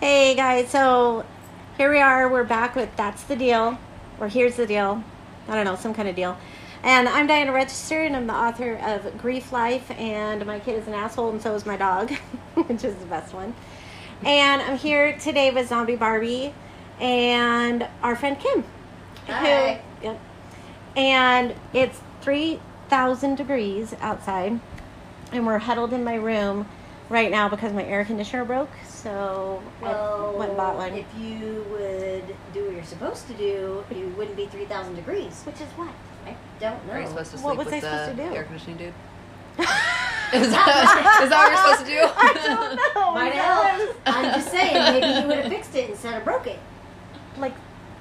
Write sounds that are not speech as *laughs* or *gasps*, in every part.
Hey guys, so here we are. We're back with That's the Deal, or Here's the Deal. I don't know, some kind of deal. And I'm Diana Register, and I'm the author of Grief Life, and my kid is an asshole, and so is my dog, *laughs* which is the best one. And I'm here today with Zombie Barbie and our friend Kim. Hi. Who, yep. And it's 3,000 degrees outside, and we're huddled in my room right now because my air conditioner broke, so Well, I went and bought one. if you would do what you're supposed to do, you wouldn't be 3,000 degrees. Which is *laughs* what? I don't know. Are you supposed to sleep Oh. What was with I supposed the to do? air conditioning dude? *laughs* Is that, is that what you're supposed to do? *laughs* I don't *laughs* know. Might help. I'm *laughs* just saying, maybe you would have fixed it instead of broke it. Like,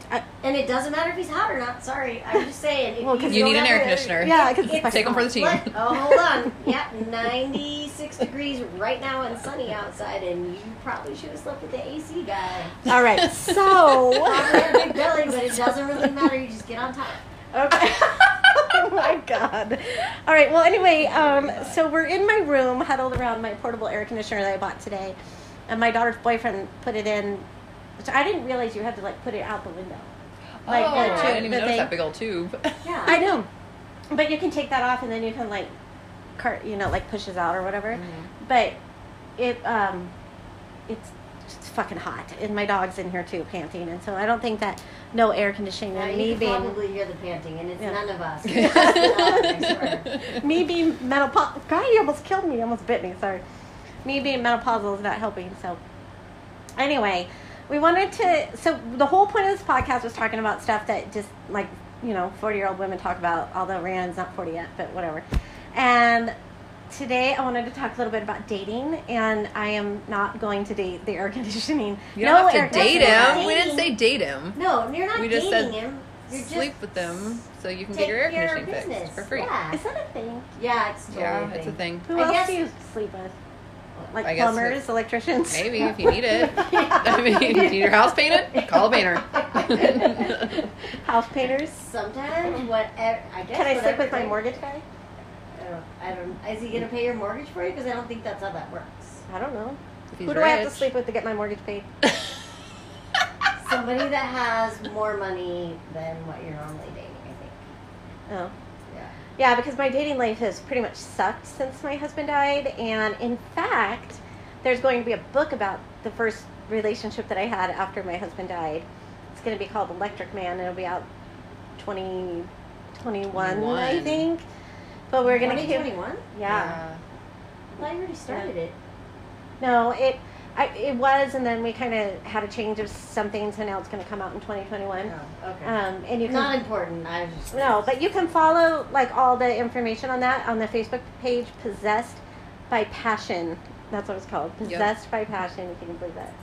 And it doesn't matter if he's hot or not. Sorry, I'm just saying. If Well, 'cause You don't need an have air to- conditioner. yeah, because it's my Take them for the team. What? Oh, hold on. Yep, 96 degrees right now and sunny outside, and you probably should have slept with the AC guy. All *laughs* right, so *laughs* Probably had a big belly, but it doesn't really matter. You just get on top. Okay. *laughs* oh my god. All right. Well, anyway, um, so we're in my room, huddled around my portable air conditioner that I bought today, and my daughter's boyfriend put it in, which I didn't realize you had to like put it out the window. *laughs* Like, oh, the I tube- didn't even the notice thing. that big old tube. *laughs* Yeah. I know, but you can take that off, and then you can like, cart, you know, like pushes out or whatever. Mm-hmm. But it, um, it's. It's fucking hot, and my dog's in here too, panting, and so I don't think that no air conditioning Yeah, and you me can being probably hear the panting, and it's Yeah. none of *laughs* us. It's not us, I swear. *laughs* me being menopausal. God, he almost killed me. He almost bit me. Sorry. Me being menopausal is not helping. So, anyway, we wanted to. So the whole point of this podcast was talking about stuff that just like you know forty year old women talk about. Although Rand's not forty yet, but whatever. And today I wanted to talk a little bit about dating, and I am not going to date the air *laughs* conditioning. You don't have air to date conditioning. him. We didn't say date him. No, you're not We just dating said him. You're Sleep just with them so you can take get your air care of conditioning fixed business. for free. Yeah, Is that a thing? *laughs* yeah it's totally Yeah, a thing. it's a thing. *laughs* Who I else guess- do you sleep with? Like I guess who- plumbers, electricians. Maybe if you *laughs* need it. *laughs* I mean, you need your house painted? Call a painter. *laughs* House painters. *laughs* Sometimes, whatever. I guess. Can I sleep whatever with my thing- mortgage guy? I don't- I don't. Is he gonna pay your mortgage for you? Because I don't think that's how that works. I don't know. If Who he's do I have to rich. *laughs* sleep with to get my mortgage paid? Somebody that has more money than what you're normally dating, I think. Oh. Yeah. Yeah, because my dating life has pretty much sucked since my husband died. And in fact, there's going to be a book about the first relationship that I had after my husband died. It's going to be called Electric Man, and it'll be out 2021, I 21. think. But we're going to keep. 2021. yeah. Well, I already started it. No, it I, it was, and then we kind of had a change of something, so now it's going to come out in 2021. Oh, okay. Um, and you can not important. I was just no, but you can follow like all the information on that on the Facebook page, Possessed by Passion. That's what it's called, Yep. Possessed by Passion. If you can believe that,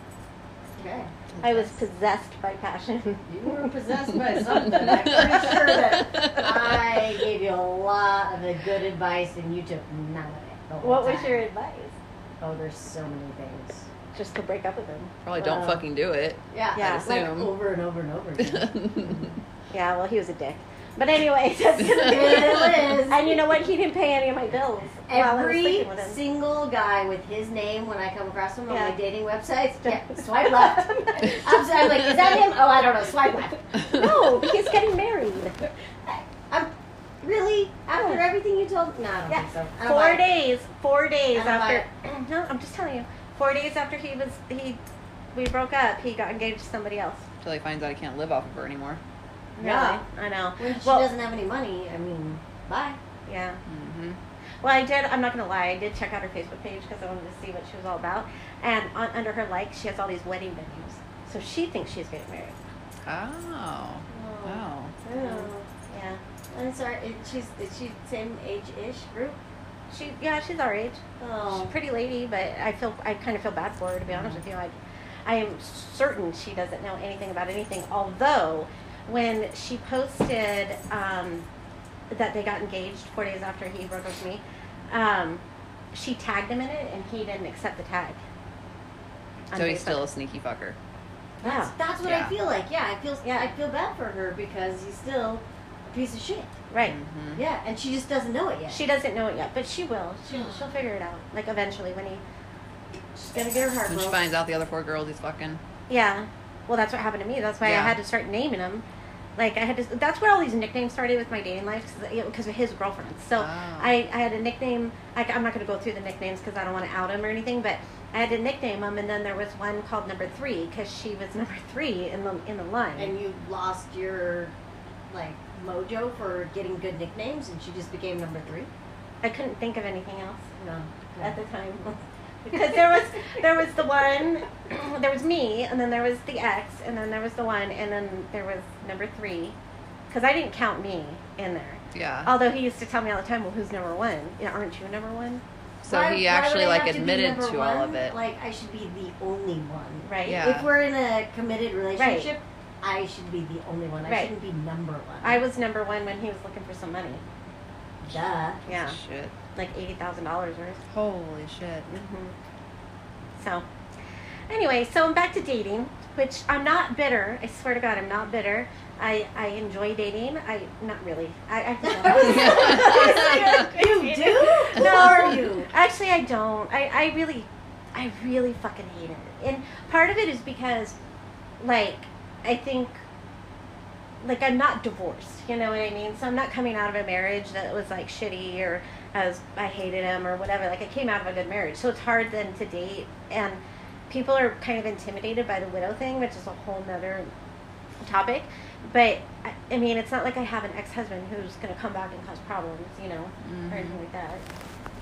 okay. I was possessed by *laughs* passion. You were possessed by something. I'm pretty sure *laughs* that I gave you a lot of the good advice and you took none of it. the whole what was time. your advice? Oh, there's so many things. Just to break up with him. Probably don't Wow. fucking do it. Yeah. Yeah. Like Assume. over and over and over *laughs* again. *laughs* Yeah, well, he was a dick. But anyway, *laughs* that's gonna be. it is. And you know what? He didn't pay any of my bills. while I was Every sleeping with him. single guy with his name, when I come across him on Yeah. my dating websites, *laughs* yeah, swipe left. I'm, so- I'm like, is that him? Oh, I don't know. Swipe left. No, he's getting married. I'm really after everything you told. No, I don't Oh. Yeah. think so. I don't buy Four it. days. Four days I don't after. *clears throat* No, I'm just telling you. Four days after he was he, we broke up. He got engaged to somebody else. Until he finds out he can't live off of her anymore. Yeah. Really? I know. When she Well- doesn't have any money, I mean, bye. Yeah. Mm-hmm. Well, I did. I'm not gonna lie. I did check out her Facebook page because I wanted to see what she was all about. And on, under her like, she has all these wedding venues. So she thinks she's getting married. Oh. Wow. Oh. Yeah. I'm sorry. It, she's is she same age-ish group? She yeah she's our age. She's a Oh, pretty lady, but I feel I kind of feel bad for her to be honest with you. I, I am certain she doesn't know anything about anything. Although, when she posted um, that they got engaged four days after he broke up with me, um, she tagged him in it, and he didn't accept the tag. on So he's Facebook. still a sneaky fucker. yeah, that's what Yeah. I feel like. Yeah, I feel. Yeah. I feel bad for her because he's still a piece of shit. right. Mm-hmm. Yeah, and she just doesn't know it yet. She doesn't know it yet, but she will. She, she'll figure it out. Like eventually, when he She's gonna get her heart When she broke. finds out the other four girls he's fucking. Yeah. Well, that's what happened to me. That's why Yeah. I had to start naming them. Like I had to. That's where all these nicknames started with my dating life because of his girlfriends. So Oh. I, I had a nickname. I, am not going to go through the nicknames because I don't want to out him or anything. But I had to nickname him, and then there was one called Number Three because she was *laughs* number three in the in the line. And you lost your like mojo for getting good nicknames, and she just became number three. I couldn't think of anything else No. at *laughs* the time *laughs* because there was there was the one, *clears throat* there was me, and then there was the ex, and then there was the one, and then there was Number Three because I didn't count me in there. Yeah. Although he used to tell me all the time, "Well, who's number one? Yeah, aren't you number one?" So Why- why would he actually I like have to be admitted number to all one? of it. Like I should be the only one. Right? Yeah. If we're in a committed relationship, I should be the only one. I Right. shouldn't be number one. I was number one when he was looking for some money. Duh. Yeah, Shit. like eighty thousand dollars worth. Holy shit. hmm Mm-hmm. So, anyway, so I'm back to dating, which I'm not bitter. I swear to God, I'm not bitter. I, I enjoy dating. I not really. I, I *laughs* You do? No. Who are you? Actually, I don't. I, I really, I really fucking hate it. And part of it is because, like, I think, like, I'm not divorced. You know what I mean? So I'm not coming out of a marriage that was like shitty or I was I hated him or whatever. Like, I came out of a good marriage, so it's hard then to date. And people are kind of intimidated by the widow thing, which is a whole nother topic. But I, I mean, it's not like I have an ex-husband who's gonna come back and cause problems, you know, Mhm. or anything like that.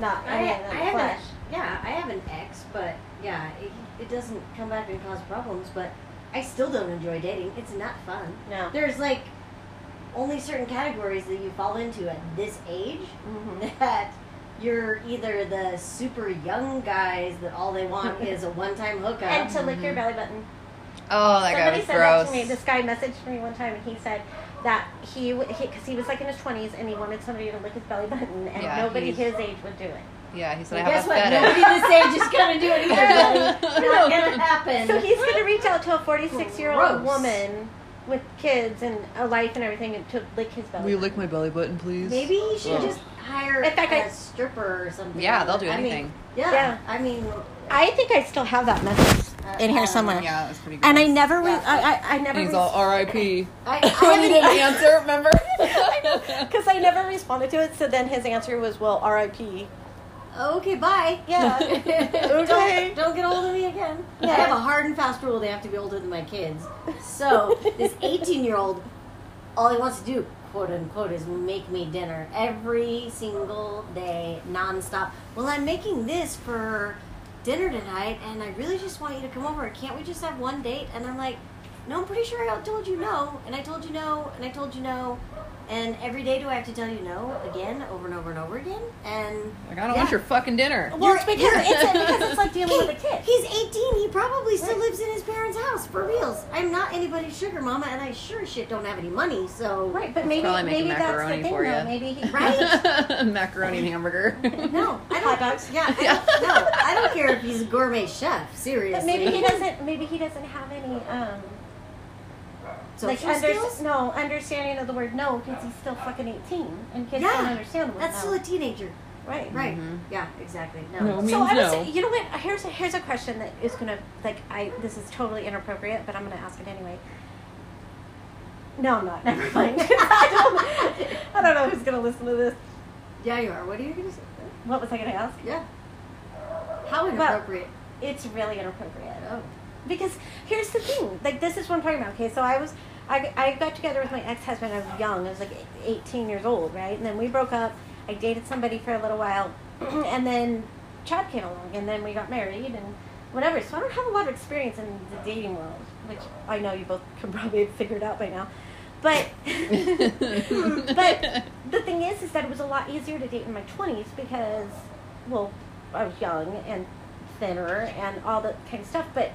Not I, I mean, not have flesh. an, yeah, I have an ex, but yeah, it, it doesn't come back and cause problems, but I still don't enjoy dating. It's not fun. No. There's like only certain categories that you fall into at this age *laughs* Mhm. that you're either the super young guys that all they *laughs* want is a one time hookup. And to lick your belly button. Oh, that guy Somebody was said that gross. to me. This guy messaged me one time, and he said that he, because he, 'cause he was like in his twenties, and he wanted somebody to lick his belly button, and Yeah, nobody he's- his age would do it. yeah, he said, Well, I guess have a what? fetish. Nobody this age is gonna do it *laughs* *laughs* either. buddy. Not gonna happen. So he's going to reach out to a forty-six-year-old Gross. woman with kids and a life and everything, and to lick his belly. Will you button. lick my belly button, please? Maybe he should Ugh. just hire In fact, a I- stripper or something. Yeah, they'll do I mean, anything. yeah, Yeah. I mean, I think I still have that message Uh, in here um, somewhere. Yeah, that was pretty gross. And I never, re- Yeah. I, I, I never. And he's re- *laughs* all *laughs* R.I.P. I, I When *laughs* he haven't didn't even answer, remember? Because I never responded to it, so then his answer was, "Well, *laughs* R.I.P." Okay, bye. Yeah. Okay. Don't, don't get older of me again. Yeah. I have a hard and fast rule they have to be older than my kids. *laughs* So, this 18 year old, all he wants to do, quote unquote, is make me dinner every single day, nonstop. Well, I'm making this for dinner tonight, and I really just want you to come over. Can't we just have one date? And I'm like, no, I'm pretty sure I told you no, and I told you no, and I told you no. And every day do I have to tell you no again, over and over and over again? And *laughs* Like, I don't want your fucking dinner. Well, it's You're- because it's you're- because it's like dealing with a kid. He's 18. He probably still Right. lives in his parents' house for reals. I'm not anybody's sugar mama, and I sure as shit don't have any money. So Right, but maybe probably making maybe that's the macaroni thing for though. ya. Maybe *laughs* he, Right? Macaroni *laughs* and hamburger. *laughs* no, I Hot don't. dogs. Yeah, *laughs* I Yeah. Don't, no, I don't care if he's a gourmet chef. Seriously, but maybe he doesn't. Maybe he doesn't have any um like *laughs* Social under, skills. no understanding of the word no because he's still fucking eighteen and kids Yeah, don't understand the word That's no. still a teenager, right. right? Mhm. Yeah, exactly. No No, So I means was, no. you know what? Here's a, here's a question that is gonna like I this is totally inappropriate, but I'm gonna ask it anyway. No, I'm not. *laughs* Never mind. I, don't, I don't know who's gonna listen to this. yeah, you are. What are you gonna say? What was I gonna ask? Yeah. How inappropriate. It's really inappropriate. Oh, because here's the thing like this is what i'm talking about okay so i was i, I got together with my ex-husband i was young i was like 18 years old right and then we broke up i dated somebody for a little while *clears throat* and then chad came along and then we got married and whatever so i don't have a lot of experience in the dating world which i know you both *laughs* can probably have figured out by now but *laughs* but the thing is is that it was a lot easier to date in my 20s because well i was young and thinner and all that kind of stuff but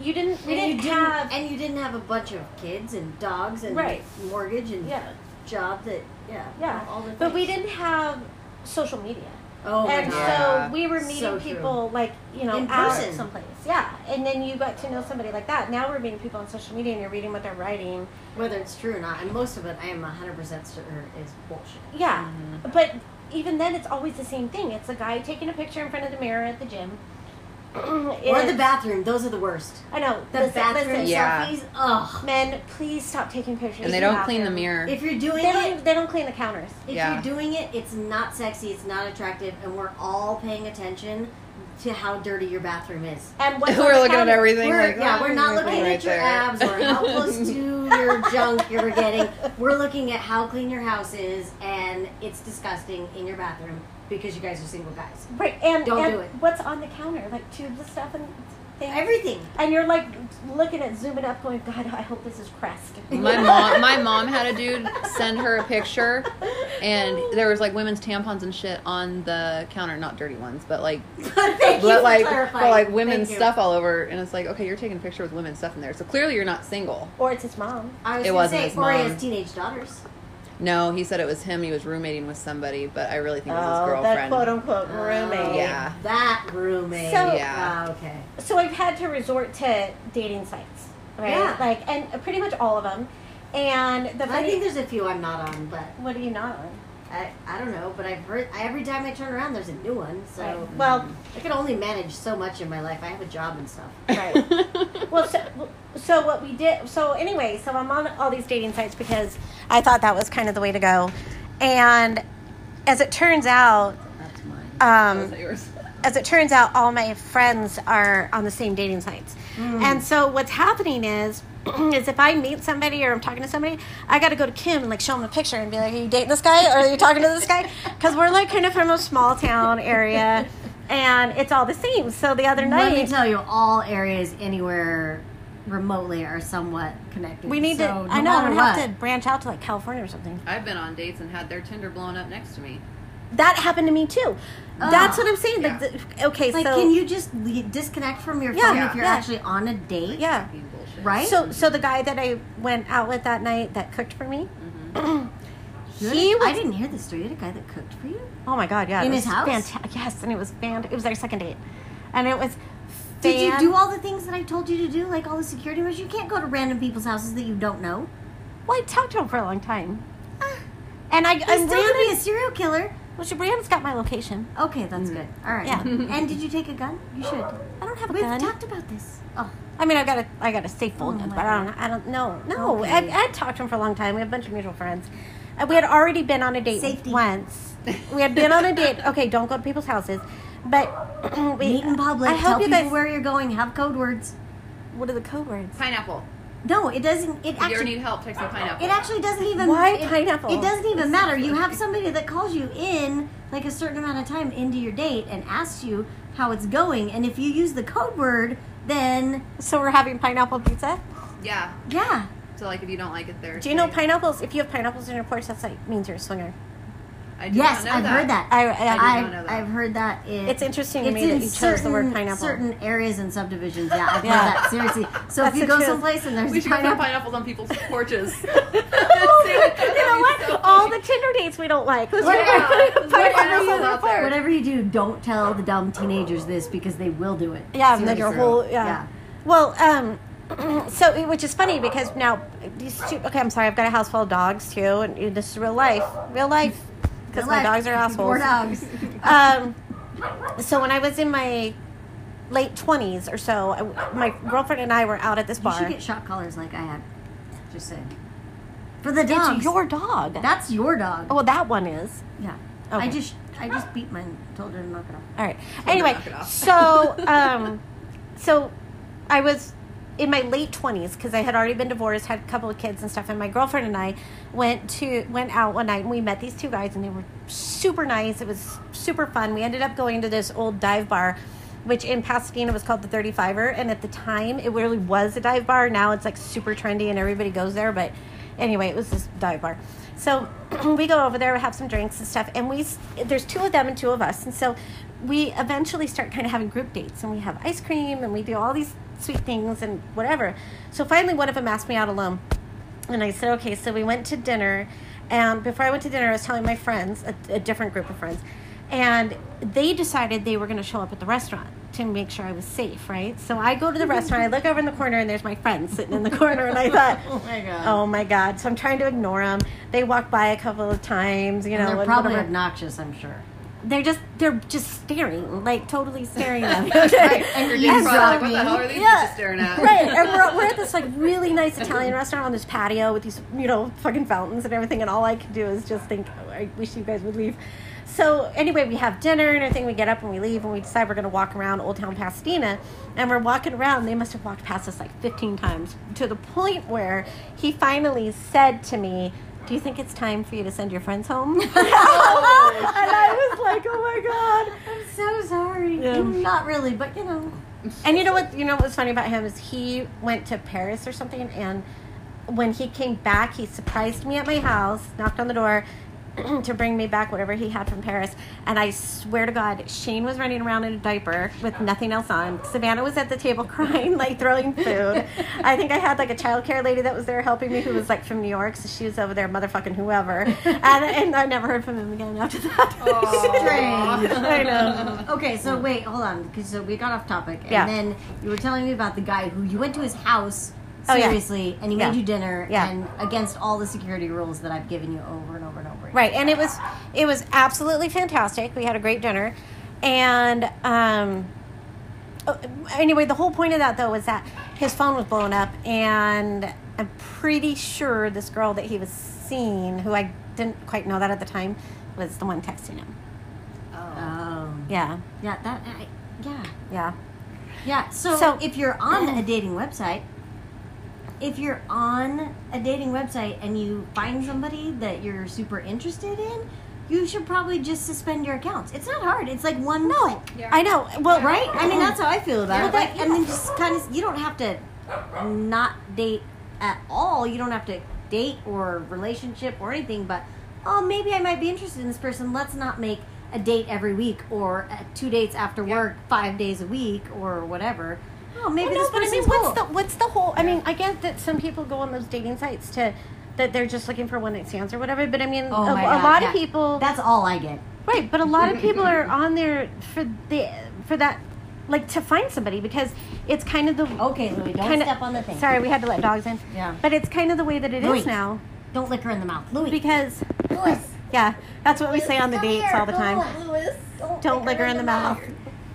you didn't we and didn't, you have and you didn't have a bunch of kids and dogs and Right. mortgage and yeah job that yeah yeah all the but we things. didn't have social media Oh my and god. Yeah. so we were meeting So true. people like you know In out person. someplace yeah and then you got to know somebody like that now we're meeting people on social media and you're reading what they're writing whether it's true or not, and most of it I am 100% certain is bullshit. Yeah, but even then, it's always the same thing. It's a guy taking a picture in front of the mirror at the gym, *clears throat* Or is- the bathroom. Those are the worst. I know. The listen, bathroom listen. Yeah. selfies. Ugh. Men, please stop taking pictures. and they in the don't clean the bathroom. mirror. If you're doing They it, don't. They don't clean the counters. If Yeah. you're doing it, it's not sexy, it's not attractive, and we're all paying attention to how dirty your bathroom is. And what's on we're the looking at counter- everything. We're, like, yeah, oh, we're not there's looking one at your right abs there. or *laughs* how close to your junk you're getting. We're looking at how clean your house is, and it's disgusting in your bathroom because you guys are single guys. Right, and, Don't and do it. what's on the counter? Like tubes of stuff and things. Everything. and you're like looking at zooming up, going, God, I hope this is *laughs* Crest. *laughs* *laughs* My mom, my mom had a dude send her a picture, and there was like women's tampons and shit on the counter, not dirty ones, but like, Thank you for but like, but clarifying. like women's Thank you. stuff all over, and it's like, okay, you're taking a picture with women's stuff in there, so clearly you're not single. or it's his mom. I was It gonna wasn't say, his Corey mom. has teenage daughters. No, he said it was him. He was roommating with somebody, but I really think it was his Oh, that girlfriend. quote unquote Oh, roommate. Yeah. That roommate. So- uh, Yeah. Ah, okay. So I've had to resort to dating sites, right? Yeah. Like, and pretty much all of them. And the I funny, think there's a few I'm not on, but what are you not on? I, I don't know, but I've heard I, every time I turn around, there's a new one. So Right. Well, I can only manage so much in my life. I have a job and stuff. *laughs* right. well, so, so what we did. So anyway, so I'm on all these dating sites because I thought that was kind of the way to go. And as it turns out, That's mine. um, yours? as it turns out, all my friends are on the same dating sites. Mm. And so what's happening is, *clears throat* is if I meet somebody or I'm talking to somebody, I got to go to Kim and like show him a picture and be like, "Are you dating this guy or are you talking to this *laughs* guy?" Because we're like kind of from a small town area, and it's all the same. So the other Let me night, tell you, all areas anywhere remotely are somewhat connected. we need So to. no I know I'm matter gonna have what- to branch out to like California or something. I've been on dates and had their Tinder blown up next to me. That happened to me too. That's Oh, what I'm saying. Like, yeah. the- okay, Like, so can you just le- disconnect from your Yeah, phone if you're yeah. actually on a date? yeah. Being bullshit. Right? So, so the guy that I went out with that night that cooked for me, Good. he was. I didn't hear this story. You had a guy that cooked for you? oh my god! Yeah, it In was his house? fanta- yes, and it was fan. It was our second date, and it was. Did you fan- do all the things that I told you to do, like all the security measures? You can't go to random people's houses that you don't know. Well, I talked to him for a long time, and I, I I still could ran. be a serial killer. well, she Brianna's got my location. Okay, that's good. All right. Mm. Yeah. *laughs* and did you take a gun? You should. I don't have a We've gun. talked about this. Oh, I mean, I got a, I got a safe full Oh gun, my but I don't, I don't know. No, Okay. I, I talked to him for a long time. We had a bunch of mutual friends. And we had already been on a date Safety. once. We had been on a date. *laughs* Okay, don't go to people's houses, but *clears throat* we meet in public. I tell hope you people guys. where you're going. Have code words. what are the code words? Pineapple. No, it doesn't. It If you ever actually. need help, text me pineapple. It actually doesn't even. Why it, pineapple? It doesn't even matter. You have somebody that calls you in like a certain amount of time into your date and asks you how it's going, and if you use the code word, then So we're having pineapple pizza. yeah. yeah, So like, if you don't like it, there. Do you know pineapples? If you have pineapples on your porch, that's like means you're a swinger. I do yes, not know I've heard that. I, I, I- I've, know that. I've heard that. It, It's interesting to me that you chose the word pineapple. Certain areas and subdivisions, yeah, I've Yeah. heard that seriously. So That's if you the go truth. someplace and there's We should go *laughs* put pineapple, pineapples *laughs* on people's porches. you *laughs* Oh you know know *laughs* what? *laughs* Oh, All the Tinder dates we don't like. Let's Yeah. just put pineapples Pineapples on their out there. porch. whatever you do, don't tell the dumb teenagers this because they will do it. Yeah, and then Seriously. your whole yeah. Yeah. Well, um, *clears throat* so it- which is funny because now these two. Okay, I'm sorry. I've got a house full of dogs too, and you- this is real life, real life, because Real my life. dogs are *laughs* Poor assholes. *laughs* dogs. Um, so when I was in my late 20s or so, I, my girlfriend and I were out at this You should bar. get shot collars like I had. Just saying. For the dogs. It's your dog. Oh. That's your dog. well, that one is. yeah. Okay. I just I just beat mine. Told her to knock it off. All right. Anyway, knock it off. *laughs* so um, so I was in my late twenties because I had already been divorced, had a couple of kids and stuff, and my girlfriend and I went to went out one night and we met these two guys and they were super nice. It was super fun. We ended up going to this old dive bar. Which in Pasadena was called the 35er, and at the time it really was a dive bar. Now it's like super trendy and everybody goes there, but anyway, it was this dive bar. So *clears throat* we go over there, we have some drinks and stuff, and we s- there's two of them and two of us, and so we eventually start kind of having group dates, and we have ice cream, and we do all these sweet things and whatever. So finally, one of them asked me out alone, and I said, okay. So we went to dinner, and before I went to dinner, I was telling my friends, a, a different group of friends, and they decided they were going to show up at the restaurant to make sure I was safe, right? So I go to the restaurant, I look over in the corner, and there's my friend sitting in the corner, and I *laughs* thought, my god. Oh my god! So I'm trying to ignore them. They walk by a couple of times, you know. and they're and probably whatever. obnoxious, I'm sure. they're just they're just staring, like totally staring at me. *laughs* right. And your dude's Yes, probably like, what the I hell mean, are these yeah. bitches staring at? *laughs* Right, and we're, we're at this like really nice Italian restaurant on this patio with these you know fucking fountains and everything, and all I can do is just think, "Oh, I wish you guys would leave. So anyway, we have dinner and everything. We get up and we leave, and we decide we're gonna walk around Old Town Pasadena, and we're walking around. They must have walked past us like 15 times to the point where he finally said to me. Do you think it's time for you to send your friends home? *laughs* and I was like, oh my god. I'm so sorry. Yeah. Not really, but you know. And you know what? You know what was funny about him is he went to Paris or something, and when he came back, he surprised me at my house, knocked on the door *clears throat* to bring me back whatever he had from Paris. And I swear to God, Shane was running around in a diaper with nothing else on. Savannah was at the table *laughs* crying, like throwing food. I think I had like a childcare lady that was there helping me, who was like from New York, so she was over there, motherfucking whoever. And, and I never heard from him again after that. Strange. *laughs* I know. Okay, so wait, hold on, because so we got off topic, and Yeah. then you were telling me about the guy who you went to his house Oh, yeah. seriously, and he Yeah. made you dinner, Yeah. and against all the security rules that I've given you over and over and over. again. Right, and it was it was absolutely fantastic. We had a great dinner, and um, uh, anyway, the whole point of that though was that his phone was blown up, and I'm pretty sure this girl that he was seeing, who I didn't quite know that at the time, was the one texting him. Oh. Oh. Yeah, Yeah. That. I, yeah. yeah, Yeah. So, So- if you're on a dating website, if you're on a dating website and you find somebody that you're super interested in, you should probably just suspend your accounts. It's not hard. It's like one no. Yeah. I know. Well, Oh, Right? I mean, that's how I feel about Yeah, it. but Like, and then just kind of, you don't have to not date at all. You don't have to date or relationship or anything, but, oh, maybe I might be interested in this person. Let's not make a date every week or uh, two dates after Yeah. work, five days a week or whatever. Oh, maybe Well, this no, but I mean, person's what's cool. the what's the whole? I mean, I get that some people go on those dating sites to that they're just looking for one night stands or whatever. But I mean, Oh a, my a God, lot yeah. of people That's all I get. Right, but a lot of people are on there for the for that like to find somebody because it's kind of the Okay, Louie, Oh, don't kinda- step on the thing. Sorry, we had to let dogs in. Yeah. But it's kind of the way that it is Louis. now Don't lick her in the mouth. Louis. because Louis. yeah, that's what we say on the Come dates here. all the Come time. on, Louis. Don't lick her in the mouth.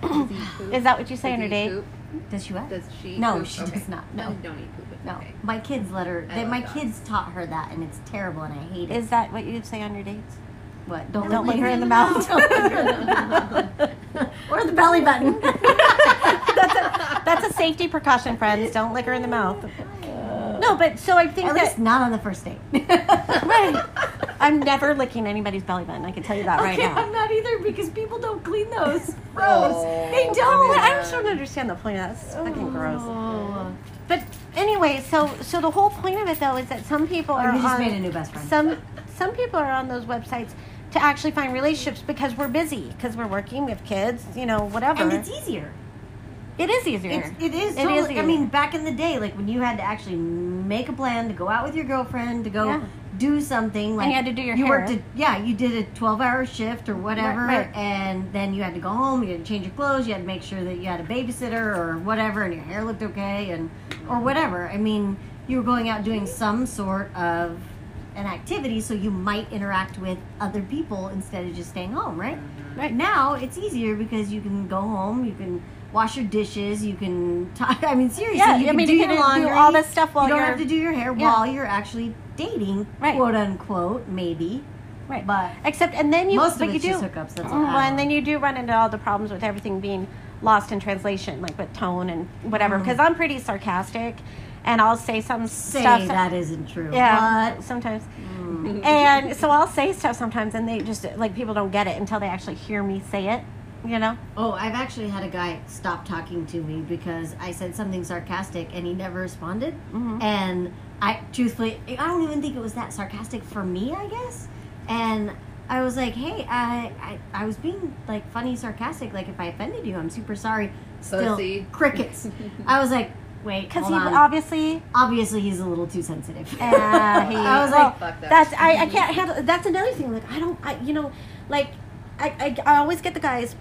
Does he poop? Is that what you say Oh. on Does he your date? poop? Does she what? Does she? No, poop? she Okay. does not. No. don't eat poop. It's *laughs* No, okay. my kids let her. I They, love my dogs. kids taught her that, and it's terrible, and I hate it. Is that what you say on your dates? what? Don't, Don't lick lick her in the *laughs* mouth. or the belly button. *laughs* that's a *laughs* that's a safety precaution, friends. Don't lick her in the *laughs* mouth. No, but so I think At that least not on the first date. *laughs* right. I'm *laughs* never licking anybody's belly button. I can tell you that right okay, now. I'm not either because people don't clean those. *laughs* Gross. Oh, they I don't. Well, mean, I uh, just don't understand the point of that. It's fucking gross. Oh, But anyway, so so the whole point of it though is that some people Oh, are you just on made a new best friend. some some people are on those websites to actually find relationships because we're busy because we're working, we have kids, you know, whatever. and it's easier. it is easier. It's, it is. It totally, is I easier. mean, back in the day, like when you had to actually make a plan to go out with your girlfriend to go Yeah. do something, like you had to do your you hair. worked a, yeah, you did a twelve-hour shift or whatever, Right, right. and then you had to go home. You had to change your clothes. You had to make sure that you had a babysitter or whatever, and your hair looked okay, and or whatever. I mean, you were going out doing some sort of an activity, so you might interact with other people instead of just staying home, right? right now Now it's easier because you can go home, you can wash your dishes, you can *laughs* talk. I mean, seriously, Yeah, you I can mean, do you your can do laundry, all this stuff while you don't you're- have to do your hair Yeah. while you're actually dating, Right. quote unquote, maybe. right. But Except and then you most but of you it's do just hookups. That's all. well, and then you do run into all the problems with everything being lost in translation, like with tone and whatever. Because I'm pretty sarcastic, and I'll say some say stuff that Mm. isn't true. Yeah, But sometimes. And so I'll say stuff sometimes, and they just like people don't get it until they actually hear me say it. You know? Oh, I've actually had a guy stop talking to me because I said something sarcastic and he never responded. Mm-hmm. And I, truthfully, I don't even think it was that sarcastic for me, I guess. And I was like, hey, I, I, I was being like funny, sarcastic. Like, if I offended you, I'm super sorry. Still, Pussy. *laughs* crickets. I was like, wait, Because because he obviously. obviously he's a little too sensitive. *laughs* Uh, he, *laughs* I was well, like, Fuck that. that's I, I can't handle. That's another thing. Like I don't. I you know, like I, I I always get the guys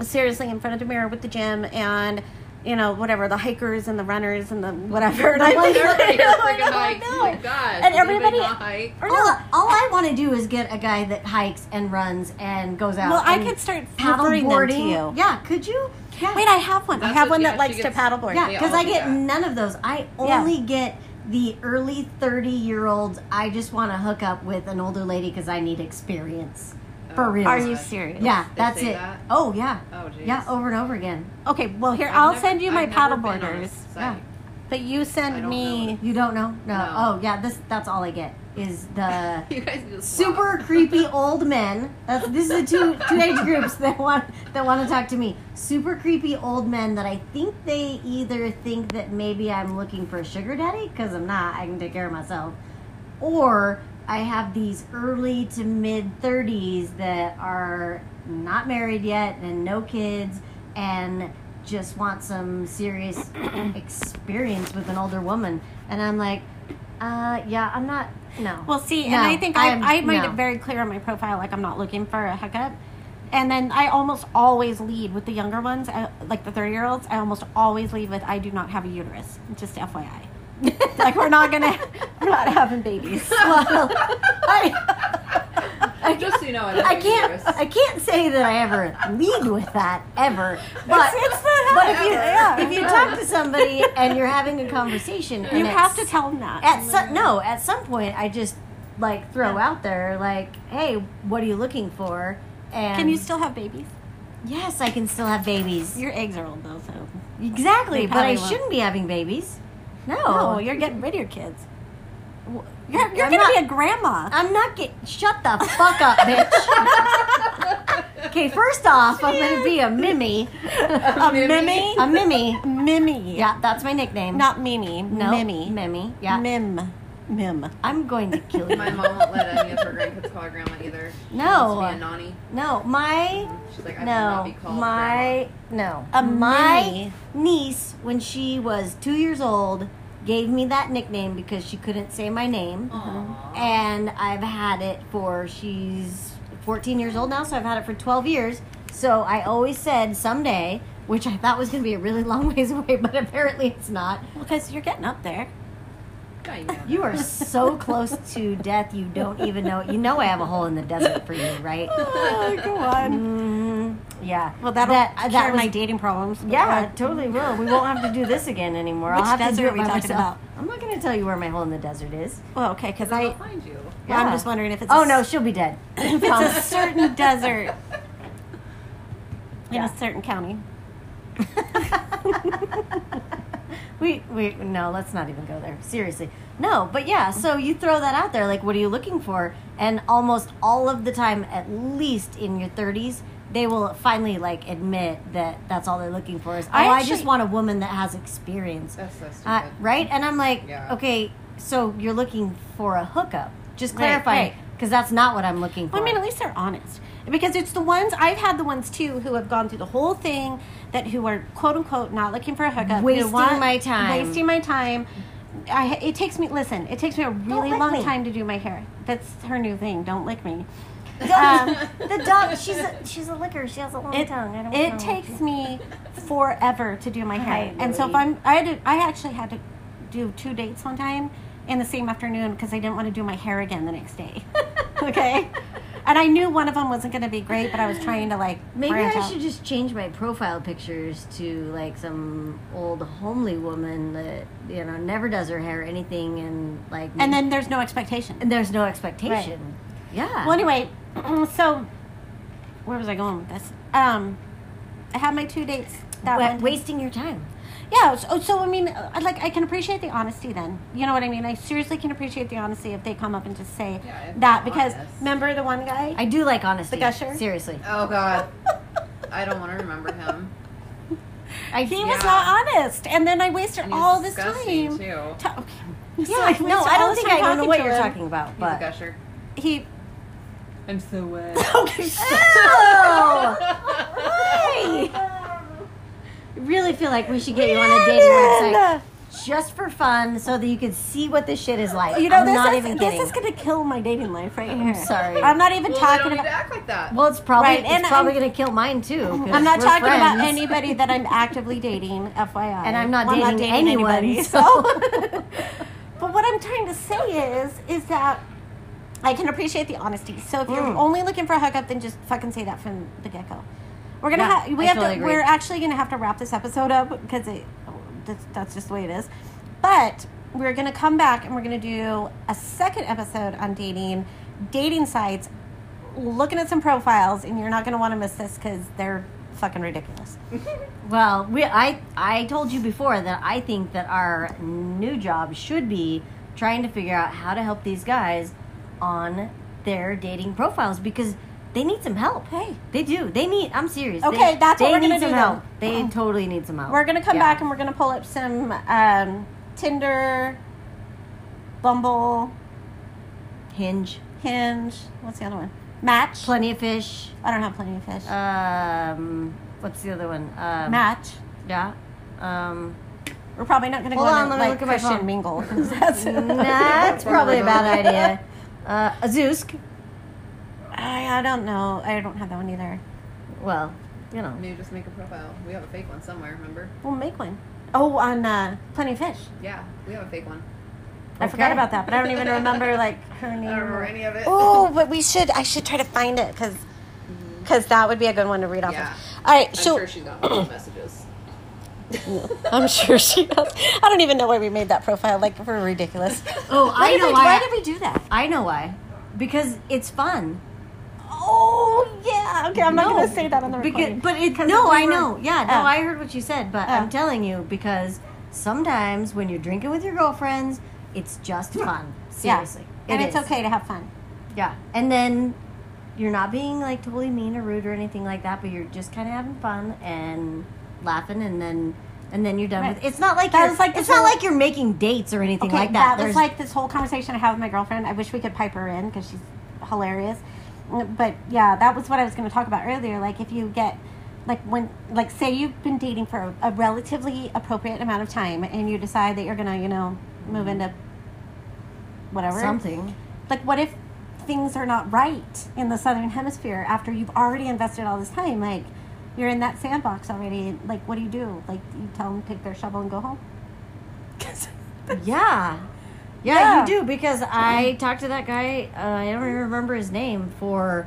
seriously in front of the mirror with the gym and you know, whatever, the hikers and the runners and the whatever. And *laughs* I'm *laughs* like, Everybody I got know, freaking I hikes. know. oh My gosh. And Does anybody everybody- not hike? Or All, no, all I want to do is get a guy that hikes and runs and goes out. well, I and could start paddle paddling them to boarding. you. Yeah, could you? Yeah. Wait, I have one. I That's have what- one yeah, that she likes to gets- paddleboard. yeah, They because all I do get that. none of those. I Yeah. only get the early thirty-year-olds. I just want to hook up with an older lady because I need experience. For Oh. real. Are you serious? Yeah, They that's say it. that? Oh yeah, Oh, jeez. yeah, over and over again. Okay, well here I've I'll never- send you my I've never been on a paddleboarders. site. But you send don't me You don't know? No. No. Oh yeah, this that's all I get is *laughs* the *laughs* You guys just swap. super creepy old men. That's, this is the two two age groups that want that want to talk to me. Super creepy old men that I think they either think that maybe I'm looking for a sugar daddy because I'm not. I can take care of myself, or I have these early to mid 30s that are not married yet and no kids and just want some serious experience with an older woman. And I'm like, uh, yeah, I'm not. No. Well, see, No, and I think I, I'm- I made no. it very clear on my profile, like I'm not looking for a hookup. And then I almost always lead with the younger ones, I, like the 30 year olds. I almost always lead with I do not have a uterus. Just FYI, *laughs* like we're not gonna, we're not having babies. Well, I, Just so you know, *laughs* I, I can't. I can't say that I ever lead with that ever. But It's- it's not but if you ever. if you talk to somebody and you're having a conversation, and you have to it's- tell them that. At some no, at some point, I just like throw out there like, hey, what are you looking for? And Can you still have babies? Yes, I can still have babies. Your eggs are old though, so exactly, They but I probably won't. shouldn't be having babies. No, no, you're getting rid of your kids. You're, you're Oh. I'm gonna not- be a grandma. I'm not get. Shut the fuck up, bitch. okay, first off, I'm gonna be a mimmy. A mimmy, A mimmy. mimmy, Yeah, that's my nickname. not mimi, no, mimmy, Mimmy. Yeah, mim, mim. I'm going to kill you. My mom won't let any of her grandkids call her grandma either. She No. wants to be a nanny. no, my She's like, I will not be no, called my no. A my mimmy. niece, when she was two years old, gave me that nickname because she couldn't say my name. grandma. Aw. and I've had it for she's 14 years old now, so I've had it for 12 years. So I always said someday, which I thought was going to be a really long ways away, but apparently it's not. Because you're getting up there. I know. You are so close to death, you don't even know it. You know I have a hole in the desert for you, right? Oh, go *laughs* on. Mm, yeah. Well, that'll That- cure that was- my dating problems. Uh, but Yeah, God. totally will. We won't have to do this again anymore. Which I'll have to desert do it are we by talking myself. about? I'm not going to tell you where my hole in the desert is. Well, okay, because I. I'll well, find you. I'm Yeah. just wondering if it's. a Oh s- no, she'll be dead. If *laughs* it's a certain desert in Yeah. a certain county. *laughs* we we no, let's not even go there. Seriously. No, but yeah, so you throw that out there like what are you looking for? And almost all of the time at least in your 30s, they will finally like admit that that's all they're looking for is oh, I I, just actually- want a woman that has experience. That's so stupid. Uh, right? And I'm like, Yeah. okay, so you're looking for a hookup. Just Right, clarify right. cuz that's not what I'm looking for. Well, I mean, at least they're honest. Because it's the ones I've had the ones too who have gone through the whole thing that who are quote unquote not looking for a hookup, who Wasting want- my time. wasting my time. I it takes me listen, it takes me a really lick long me. time to do my hair. That's her new thing. Don't lick me. *laughs* um, the dog, she's a, she's a liquor. She has a long it, tongue. I don't it know. takes me forever to do my hair. Hi, and so if Lily. I'm, I had to, I actually had to do two dates one time in the same afternoon because I didn't want to do my hair again the next day. *laughs* *laughs* okay. And I knew one of them wasn't going to be great, but I was trying to like Maybe branch I out. should just change my profile pictures to like some old homely woman that you know never does her hair or anything, and like And then there's no expectation. and there's no expectation. Yeah. Well, anyway, *clears throat* so where was I going with this? Um, I had my two dates that Wa- one time. wasting your time. Yeah, so, so I mean, uh, like I can appreciate the honesty then. You know what I mean? I seriously can appreciate the honesty if they come up and just say Yeah, if that they're because honest. remember the one guy? I do like honesty. The gusher? Seriously, oh God, I don't want to remember him. I *laughs* he feel was Yeah. not honest, and then I wasted And *laughs* he's all this disgusting, time. Too. *laughs* Ta- *laughs* okay. So Yeah. wasted no, I all don't this think I time don't know what to you're him. talking about, He's a but gusher. *laughs* *laughs* He. I'm so wet. *laughs* Okay. oh, *laughs* I really feel like we should get you on a dating website. just for fun so that you could see what this shit is like. You know, I'm this not is even this kidding. is gonna kill my dating life right here. sorry. I'm not even Well, they talking don't need to about. act like that. well, it's probably Right, it's and probably I'm- gonna kill mine too. 'cause I'm not we're talking about friends. anybody that I'm actively dating, FYI. *laughs* And I'm not Well, dating anyone, anybody, so- but what I'm trying to say is, is that I can appreciate the honesty. So if you're Mm. only looking for a hookup, then just fucking say that from the get go. We're gonna Yeah, have we I have totally to. agree. We're actually gonna have to wrap this episode up because it that's, that's just the way it is. But we're gonna come back and we're gonna do a second episode on dating, dating sites, looking at some profiles, and you're not gonna want to miss this because they're fucking ridiculous. Well, we, I I told you before that I think that our new job should be trying to figure out how to help these guys on their dating profiles because they need some help. Hey. they do. They need. I'm serious. Okay, they, that's what they we're need gonna some do then. help. They totally need some help. We're gonna come Yeah. back and we're gonna pull up some um, Tinder, Bumble, hinge. Hinge. What's the other one? Match. Plenty of fish. I don't have plenty of fish. Um, what's the other one? Um, Match. Yeah. *laughs* Um, We're probably not gonna Hold go on, on, let me like look at my Christian phone. *laughs* Mm-hmm. Mingle. *laughs* 'cause That's, that's probably a bad idea. Uh, Azusk. I, I don't know. I don't have that one either. Well, you know. Maybe just make a profile. We have a fake one somewhere. Remember? We'll make one. Oh, on uh, Plenty of Fish. Yeah, we have a fake one. I forgot Okay. about that, but I don't even *laughs* remember like her name. I don't remember or- any of it. Oh, but we should. I should try to find it because Mm-hmm. that would be a good one to read off. Yeah. Of. All right, *laughs* I'm so sure she's got lots of messages. *laughs* I'm sure she does. I don't even know why we made that profile. Like we're ridiculous. Oh, *laughs* I did know we, why. why did we do that? I know why. Because it's fun. Oh yeah. Okay, I'm not gonna say that on the Because- recording. but it, 'Cause no, we I were- know. Yeah, no, Oh. I heard what you said, but Oh. I'm telling you because sometimes when you're drinking with your girlfriends, it's just fun. Seriously, yeah. and It it's is. okay to have fun. Yeah, and then you're not being like totally mean or rude or anything like that, but you're just kind of having fun and laughing, and then and then you're done Right. with. It's not like That you're, was like the it's whole- not like you're making dates or anything okay, like that. was There's- like this whole conversation I have with my girlfriend. I wish we could pipe her in because she's hilarious. Mm, But yeah, that was what I was going to talk about earlier. Like if you get like when like say you've been dating for a, a relatively appropriate amount of time and you decide that you're going to you know move into whatever Mm-hmm. something. like what if things are not right in the southern hemisphere after you've already invested all this time like you're in that sandbox already like what do you do like you tell them to take their shovel and go home Yeah. yeah. Yeah. you do because I talked to that guy. Uh, I don't even remember his name for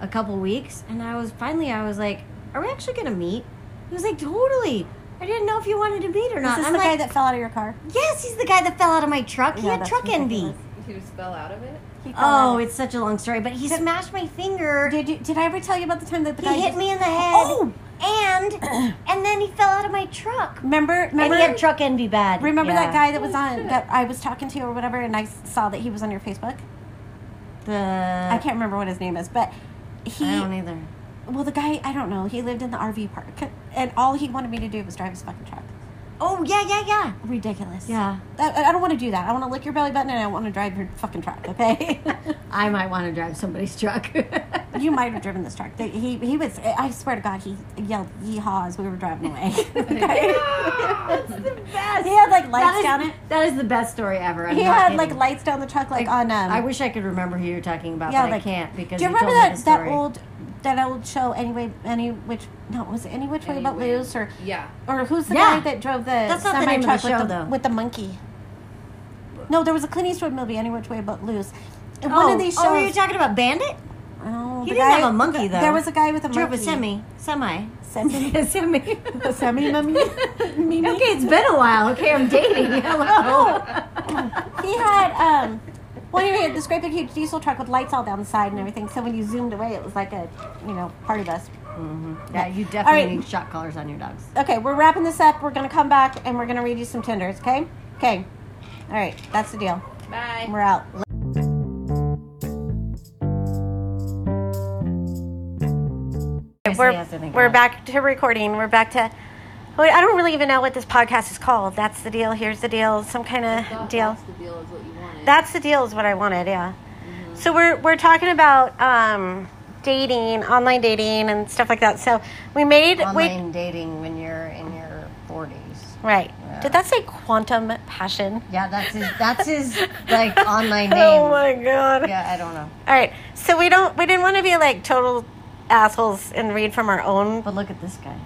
a couple weeks, and I was finally I was like, "Are we actually gonna meet?" He was like, "Totally." I didn't know if you wanted to meet or Is not. this I'm the guy like, that fell out of your car "Yes, he's the guy that fell out of my truck. He Yeah, had that's truck envy." ridiculous. You just fell out of it. He fell out Oh, of- it's such a long story, but he smashed my finger. Did you? Did I ever tell you about the time that the guy he hit just- me in the head. Oh! *clears throat* and and then he fell out of my truck. Remember? and he had Remember? truck envy bad. Remember Yeah. that guy that was on that I was talking to or whatever, and I s- saw that he was on your Facebook. The I can't remember what his name is, but he. I don't either. Well, the guy I don't know. He lived in the RV park, and all he wanted me to do was drive his fucking truck. Oh yeah, yeah, yeah. Ridiculous. Yeah. I, I don't want to do that. I want to lick your belly button, and I want to drive your fucking truck. Okay. *laughs* I might want to drive somebody's truck. *laughs* you might have driven this truck. They- He he was. I swear to God, he yelled yeehaw as we were driving away. *laughs* *laughs* okay. best. He had like lights down it. That is the best story ever. I'm he not had kidding. like lights down the truck, like on. Um, I wish I could remember who you're talking about, yeah, but like I can't because do you you remember told me that the that story. old that old show? Anyway, any which no was it any which way about Anyway. loose or Yeah. or who's the Yeah. guy that drove the That's not the semi name of the truck show, with the though. with the monkey? No, there was a Clint Eastwood movie, Any Which Way But Loose. And Oh, one of these shows. Oh, you're talking about Bandit? oh, He the didn't guy- have a monkey, though. There was a guy with a monkey. Drove *laughs* a semi, semi, Semi. semi. A semi, *laughs* mummy. Mimi. Okay, it's been a while. Okay, I'm dating. *laughs* Hello. *laughs* He had um. Well, anyway, he had this great big huge diesel truck with lights all down the side and everything. So when you zoomed away, it was like a, you know, party bus. Mm-hmm. Yeah, you All definitely right. need shot collars on your dogs. Okay, we're wrapping this up. We're gonna come back and we're gonna read you some tenders. Okay. Okay. All right. That's the deal. Bye. We're out. Seriously, I have to We're, think we're about back to recording. We're back to. Wait, I don't really even know what this podcast is called. That's the deal. Here's the deal. Some kind of deal. That's the deal is what you wanted. That's the deal is what I wanted. Yeah. Mm-hmm. So we're we're talking about um, dating, online dating, and stuff like that. So we made it. we Online dating when you're in your 40s. Right. Yeah. Did that say quantum passion? Yeah, that's his. That's his *laughs* like online name. Oh my god. Yeah, I don't know. All right. So we don't we didn't want to be like total assholes and read from our own. But look at this guy.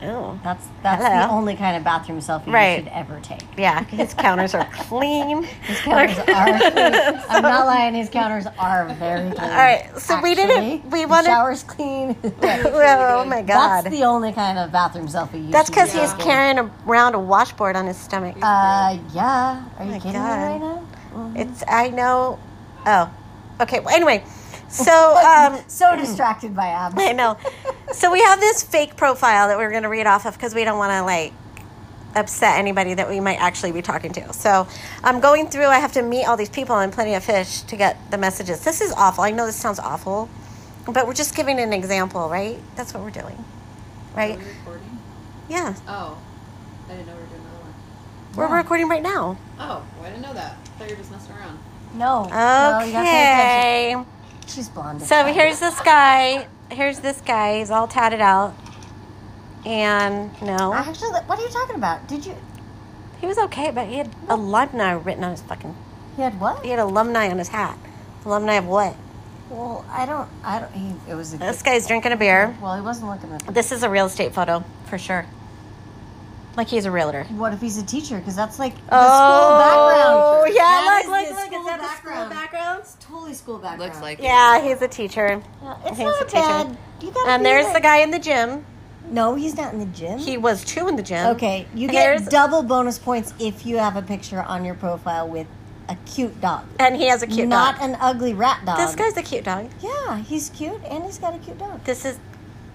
Oh. That's that's the Hello. only kind of bathroom selfie Right. you should ever *laughs* take. Yeah, his counters are clean. His counters *laughs* are. I'm not lying. His counters are very clean. All right, so we didn't- we wanted- The shower's clean. *laughs* Well, oh my god. *laughs* That's the only kind of bathroom selfie you. That's should because be he's taking. carrying around a washboard on his stomach. Uh, yeah. Are you Oh my kidding God. me right now? It's I know. Oh, okay. Well, anyway, *laughs* so um, so distracted by abs. *laughs* I know. So we have this fake profile that we're going to read off of because we don't want to like upset anybody that we might actually be talking to. So I'm going through. I have to meet all these people and plenty of fish to get the messages. This is awful. I know this sounds awful, but we're just giving an example, right? That's what we're doing, right? recording? Yeah, Oh, I didn't know we were doing another one. we're recording right now. Oh, well, I didn't know that. I thought you were just messing around. No. No, you gotta pay attention. Okay. She's blonde. So here's this guy. Here's this guy. He's all tatted out. And no, Actually, what are you talking about? Did you? he was okay, but he had alumni written on his fucking. He had what? He had alumni on his hat. Alumni of what? Well, I don't. I don't. He, it was a. This guy's drinking a beer. Well, he wasn't looking at. This is a real estate photo for sure. Like he's a realtor. What if he's a teacher? Because that's like the Oh, school background. yeah, That look, is look, the look, is that the school background? It's totally school background. Looks like Yeah, he's a teacher. Yeah, it's He's a not teacher. bad. You gotta And be there's like- the guy in the gym. No, he's not in the gym. He was two in the gym. okay, you And get there's- double bonus points if you have a picture on your profile with a cute dog, And he has a cute not dog. an ugly rat dog. This guy's a cute dog. Yeah, he's cute and he's got a cute dog. This is,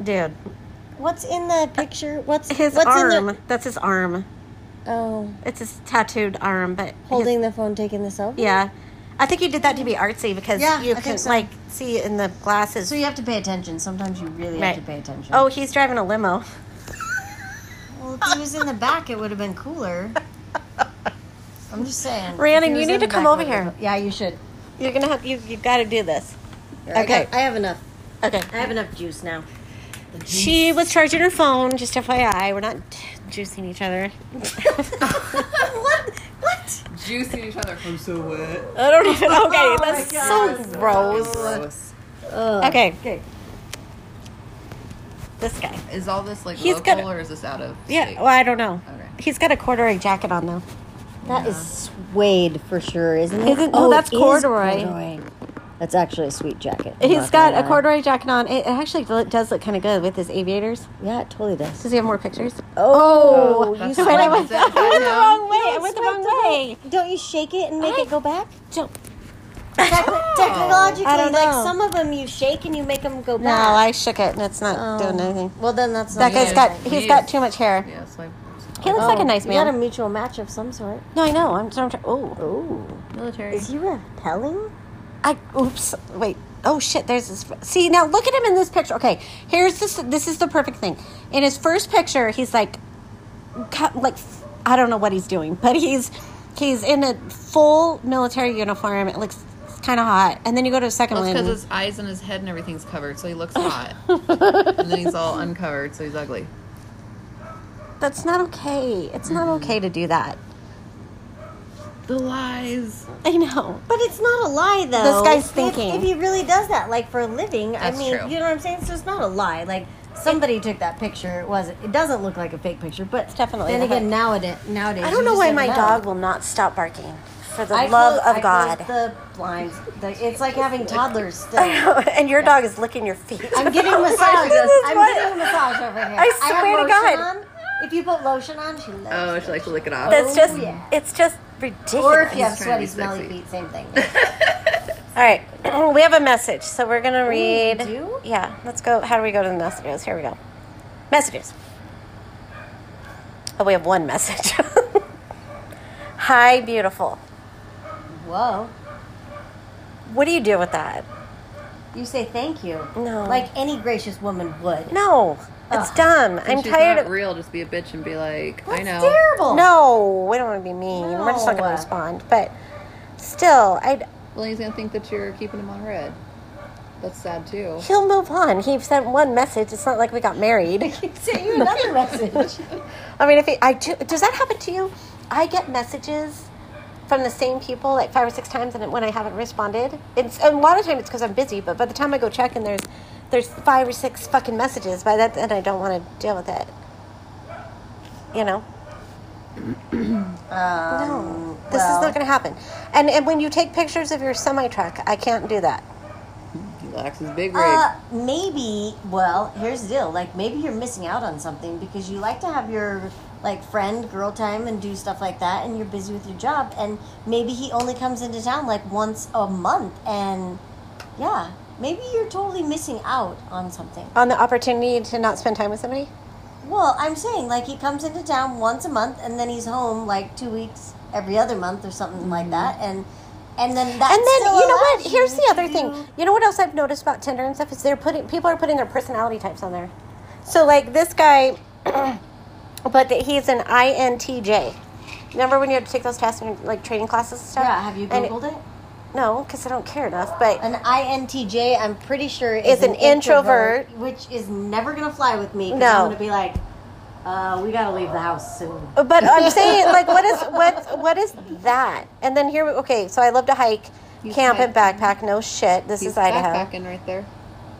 dude. What's in the picture? What's His what's arm. in the That's his arm. oh It's his tattooed arm, but his- holding the phone, taking the selfie? Yeah. I think you did that to be artsy because Yeah, you I could think so. like see in the glasses. So you have to pay attention. Sometimes you really have Right. to pay attention. oh, he's driving a limo. well, if he was in the back, it would have *laughs* been cooler. I'm just saying. Rhiannon, If he you was need in the to come back, over it would have- Yeah, you should. You're gonna have you you gotta do this. Here, I Okay. got- I *laughs* have enough. Okay. I have enough juice now. She was charging her phone, just FYI. We're not juicing each other. *laughs* what? What? Juicing each other. I'm so wet. I don't even okay, Oh my that's God. so gross. Gross. Ugh. Okay. Okay. This guy. Is all this like He's local got- or is this out of? Yeah, Oh, state? well I don't know. Okay. He's got a corduroy jacket on though. That is suede for sure, isn't it? Oh, Isn't- no, Oh, that's it is corduroy. That's actually a sweet jacket. I'm He's not gonna got a lie. corduroy jacket on. It it actually lo- does look kind of good with his aviators. Yeah, it totally does. Does he have more pictures? Oh, Wait, I you went, swiped I swipe- went *laughs* it back the down. wrong way. I went the swipe wrong it way. Don't you shake it and make it go back? Jump. Tec- *laughs* Oh. technologically, I don't like know. some of them you shake and you make them go No, back. I shook it and it's not Oh. doing anything. Well, then that's That not guy's Oh, yeah, got right. he's He got is. too much hair. Yeah, it's like. He looks like Oh, a nice Oh. You got man. a mutual match of some sort. No, I know. I'm trying to. Oh, Oh, Military. is he repelling? I oops. Wait. Oh shit. There's this. See now, look at him in this picture. Okay, here's this. This is the perfect thing. In his first picture, he's like, cut- like I don't know what he's doing, but he's he's in a full military uniform. It looks kind of hot. And then you go to a second Well, it's one. because his eyes and his head and everything's covered, so *laughs* he looks hot. and then he's all uncovered, so he's ugly. That's not okay. It's not okay to do that. The lies. I know. But it's not a lie, though. This guy's If- thinking. If he really does that, like for a living, I That's mean, true. you know what I'm saying? So it's not a lie. Like somebody took that picture. It wasn't. It doesn't look like a fake picture, but It's definitely Then the again, hook. nowadays, nowadays, I you don't know just why never my know. dog will not stop barking. For the I love close- of I God. close the blinds. The- it's *laughs* like having toddlers. I Still. know, *laughs* and your dog is licking your feet. *laughs* I'm getting a Oh my massage. goodness, I'm what- getting a massage over here. I have swear to lotion God. on. If you put lotion on, she loves. Oh, it. she likes to lick it off. That's Oh, just, yeah. it's just ridiculous. Or if you have He's trying sweaty, to smelly be sexy. feet, same thing. *laughs* All right, *clears throat* we have a message, so we're gonna read. we Oh, do? Yeah, let's go. How do we go to the messages? Here we go. Messages. Oh, we have one message. *laughs* Hi, beautiful. Whoa. What do you do with that? You say thank you. No. Like any gracious woman would. *laughs* No, it's Ugh. dumb. If I'm she's tired not of. real. Just be a bitch and be like, That's I know. terrible. No, we don't want to be mean. We're just not No. gonna respond. But still, I. Well, he's gonna think that you're keeping him on red. That's sad too. He'll move on. He sent one message. It's not like we got *laughs* married. He sent you another message. *laughs* I mean, if he, I do, does that happen to you? I get messages from the same people like five or six times, and when I haven't responded, it's and a lot of time it's because I'm busy. But by the time I go check, and there's there's five or six fucking messages. By that, and I don't want to deal with it. You know. No, this is not going to happen. And and when you take pictures of your semi truck, I can't do that. *laughs* He likes his big rig. Uh, maybe. Well, here's the deal. Like, maybe you're missing out on something because you like to have your like friend girl time and do stuff like that, and you're busy with your job. And maybe he only comes into town like once a month, and yeah, maybe you're totally missing out on something. On the opportunity to not spend time with somebody. Well, I'm saying like he comes into town once a month, and then he's home like two weeks every other month or something like that, and. And then that's Mm-hmm. and then still you know allows what? Here's the to other thing. do- You know what else I've noticed about Tinder and stuff is they're putting people are putting their personality types on there. So like this guy, *clears throat* but that he's an INTJ. Remember when you had to take those tests and like training classes and stuff? Yeah, have you And- googled it? No, because I don't care enough. But An INTJ, I'm pretty sure, is, Is an introvert. which is never gonna fly with me. 'cause No. I'm gonna be like, uh, we gotta leave the house soon. But *laughs* I'm saying, like, what is what what is that? And then here, we okay. So I love to hike, He's camp, and hiking. backpack. No shit, this He's is Idaho. backpacking right there.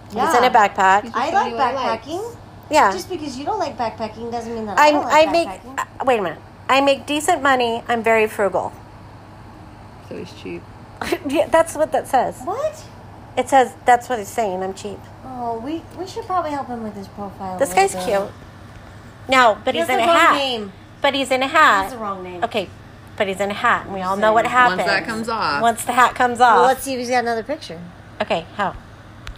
He's in a backpack. I Just like anyway, like- backpacking. Yeah, Just because you don't like backpacking doesn't Oh, mean that I I'm. don't like I make. backpacking. Uh, wait a minute. I make decent money. I'm very frugal. *laughs* So he's cheap. yeah, that's what that says. what? It says that's what it's saying. I'm cheap. Oh, we we should probably help him with his Oh profile. a This little guy's bit. cute. No, but he's That's in the a wrong hat. name. But he's in a That's hat. the wrong name. Okay, but he's in a hat, and we all know what Once happens that comes off. Once the hat comes off. Well, let's see if he's got another picture. okay, how?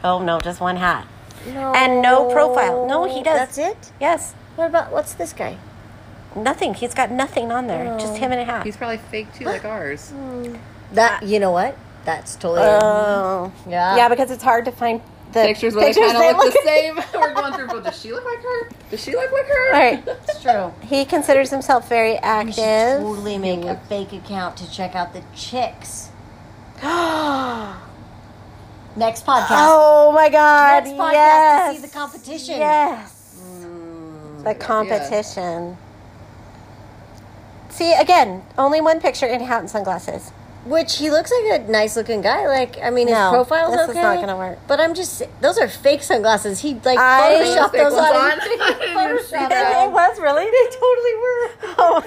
Oh no, just one hat. No. And no profile. No, he does. That's it. Yes. What about what's this guy? Nothing. He's got nothing on there. Just him and a hat. He's probably fake too, *gasps* like ours. That you know what? That's totally. oh. yeah. Uh, Yeah, because it's hard to find the Pictures where they kind they of look *laughs* the look- same. We're going through. Well, does she look like her? Does she look like *laughs* her? All right. It's true. He considers himself very We active. should *gasps* totally *gasps* make a fake account to check out the chicks. Next podcast. oh my God! Next podcast yes. to see the competition. Mm, Yes. The competition. See again, only one picture in a hat and *laughs* sunglasses. Which he looks like a nice looking guy. Like I mean, No, his profile's this okay. is not gonna work. But I'm just those are fake sunglasses. He like I- photoshopped Fake those on. *laughs* ones on. I didn't even see Photoshopped that. It was really. They totally were. Oh.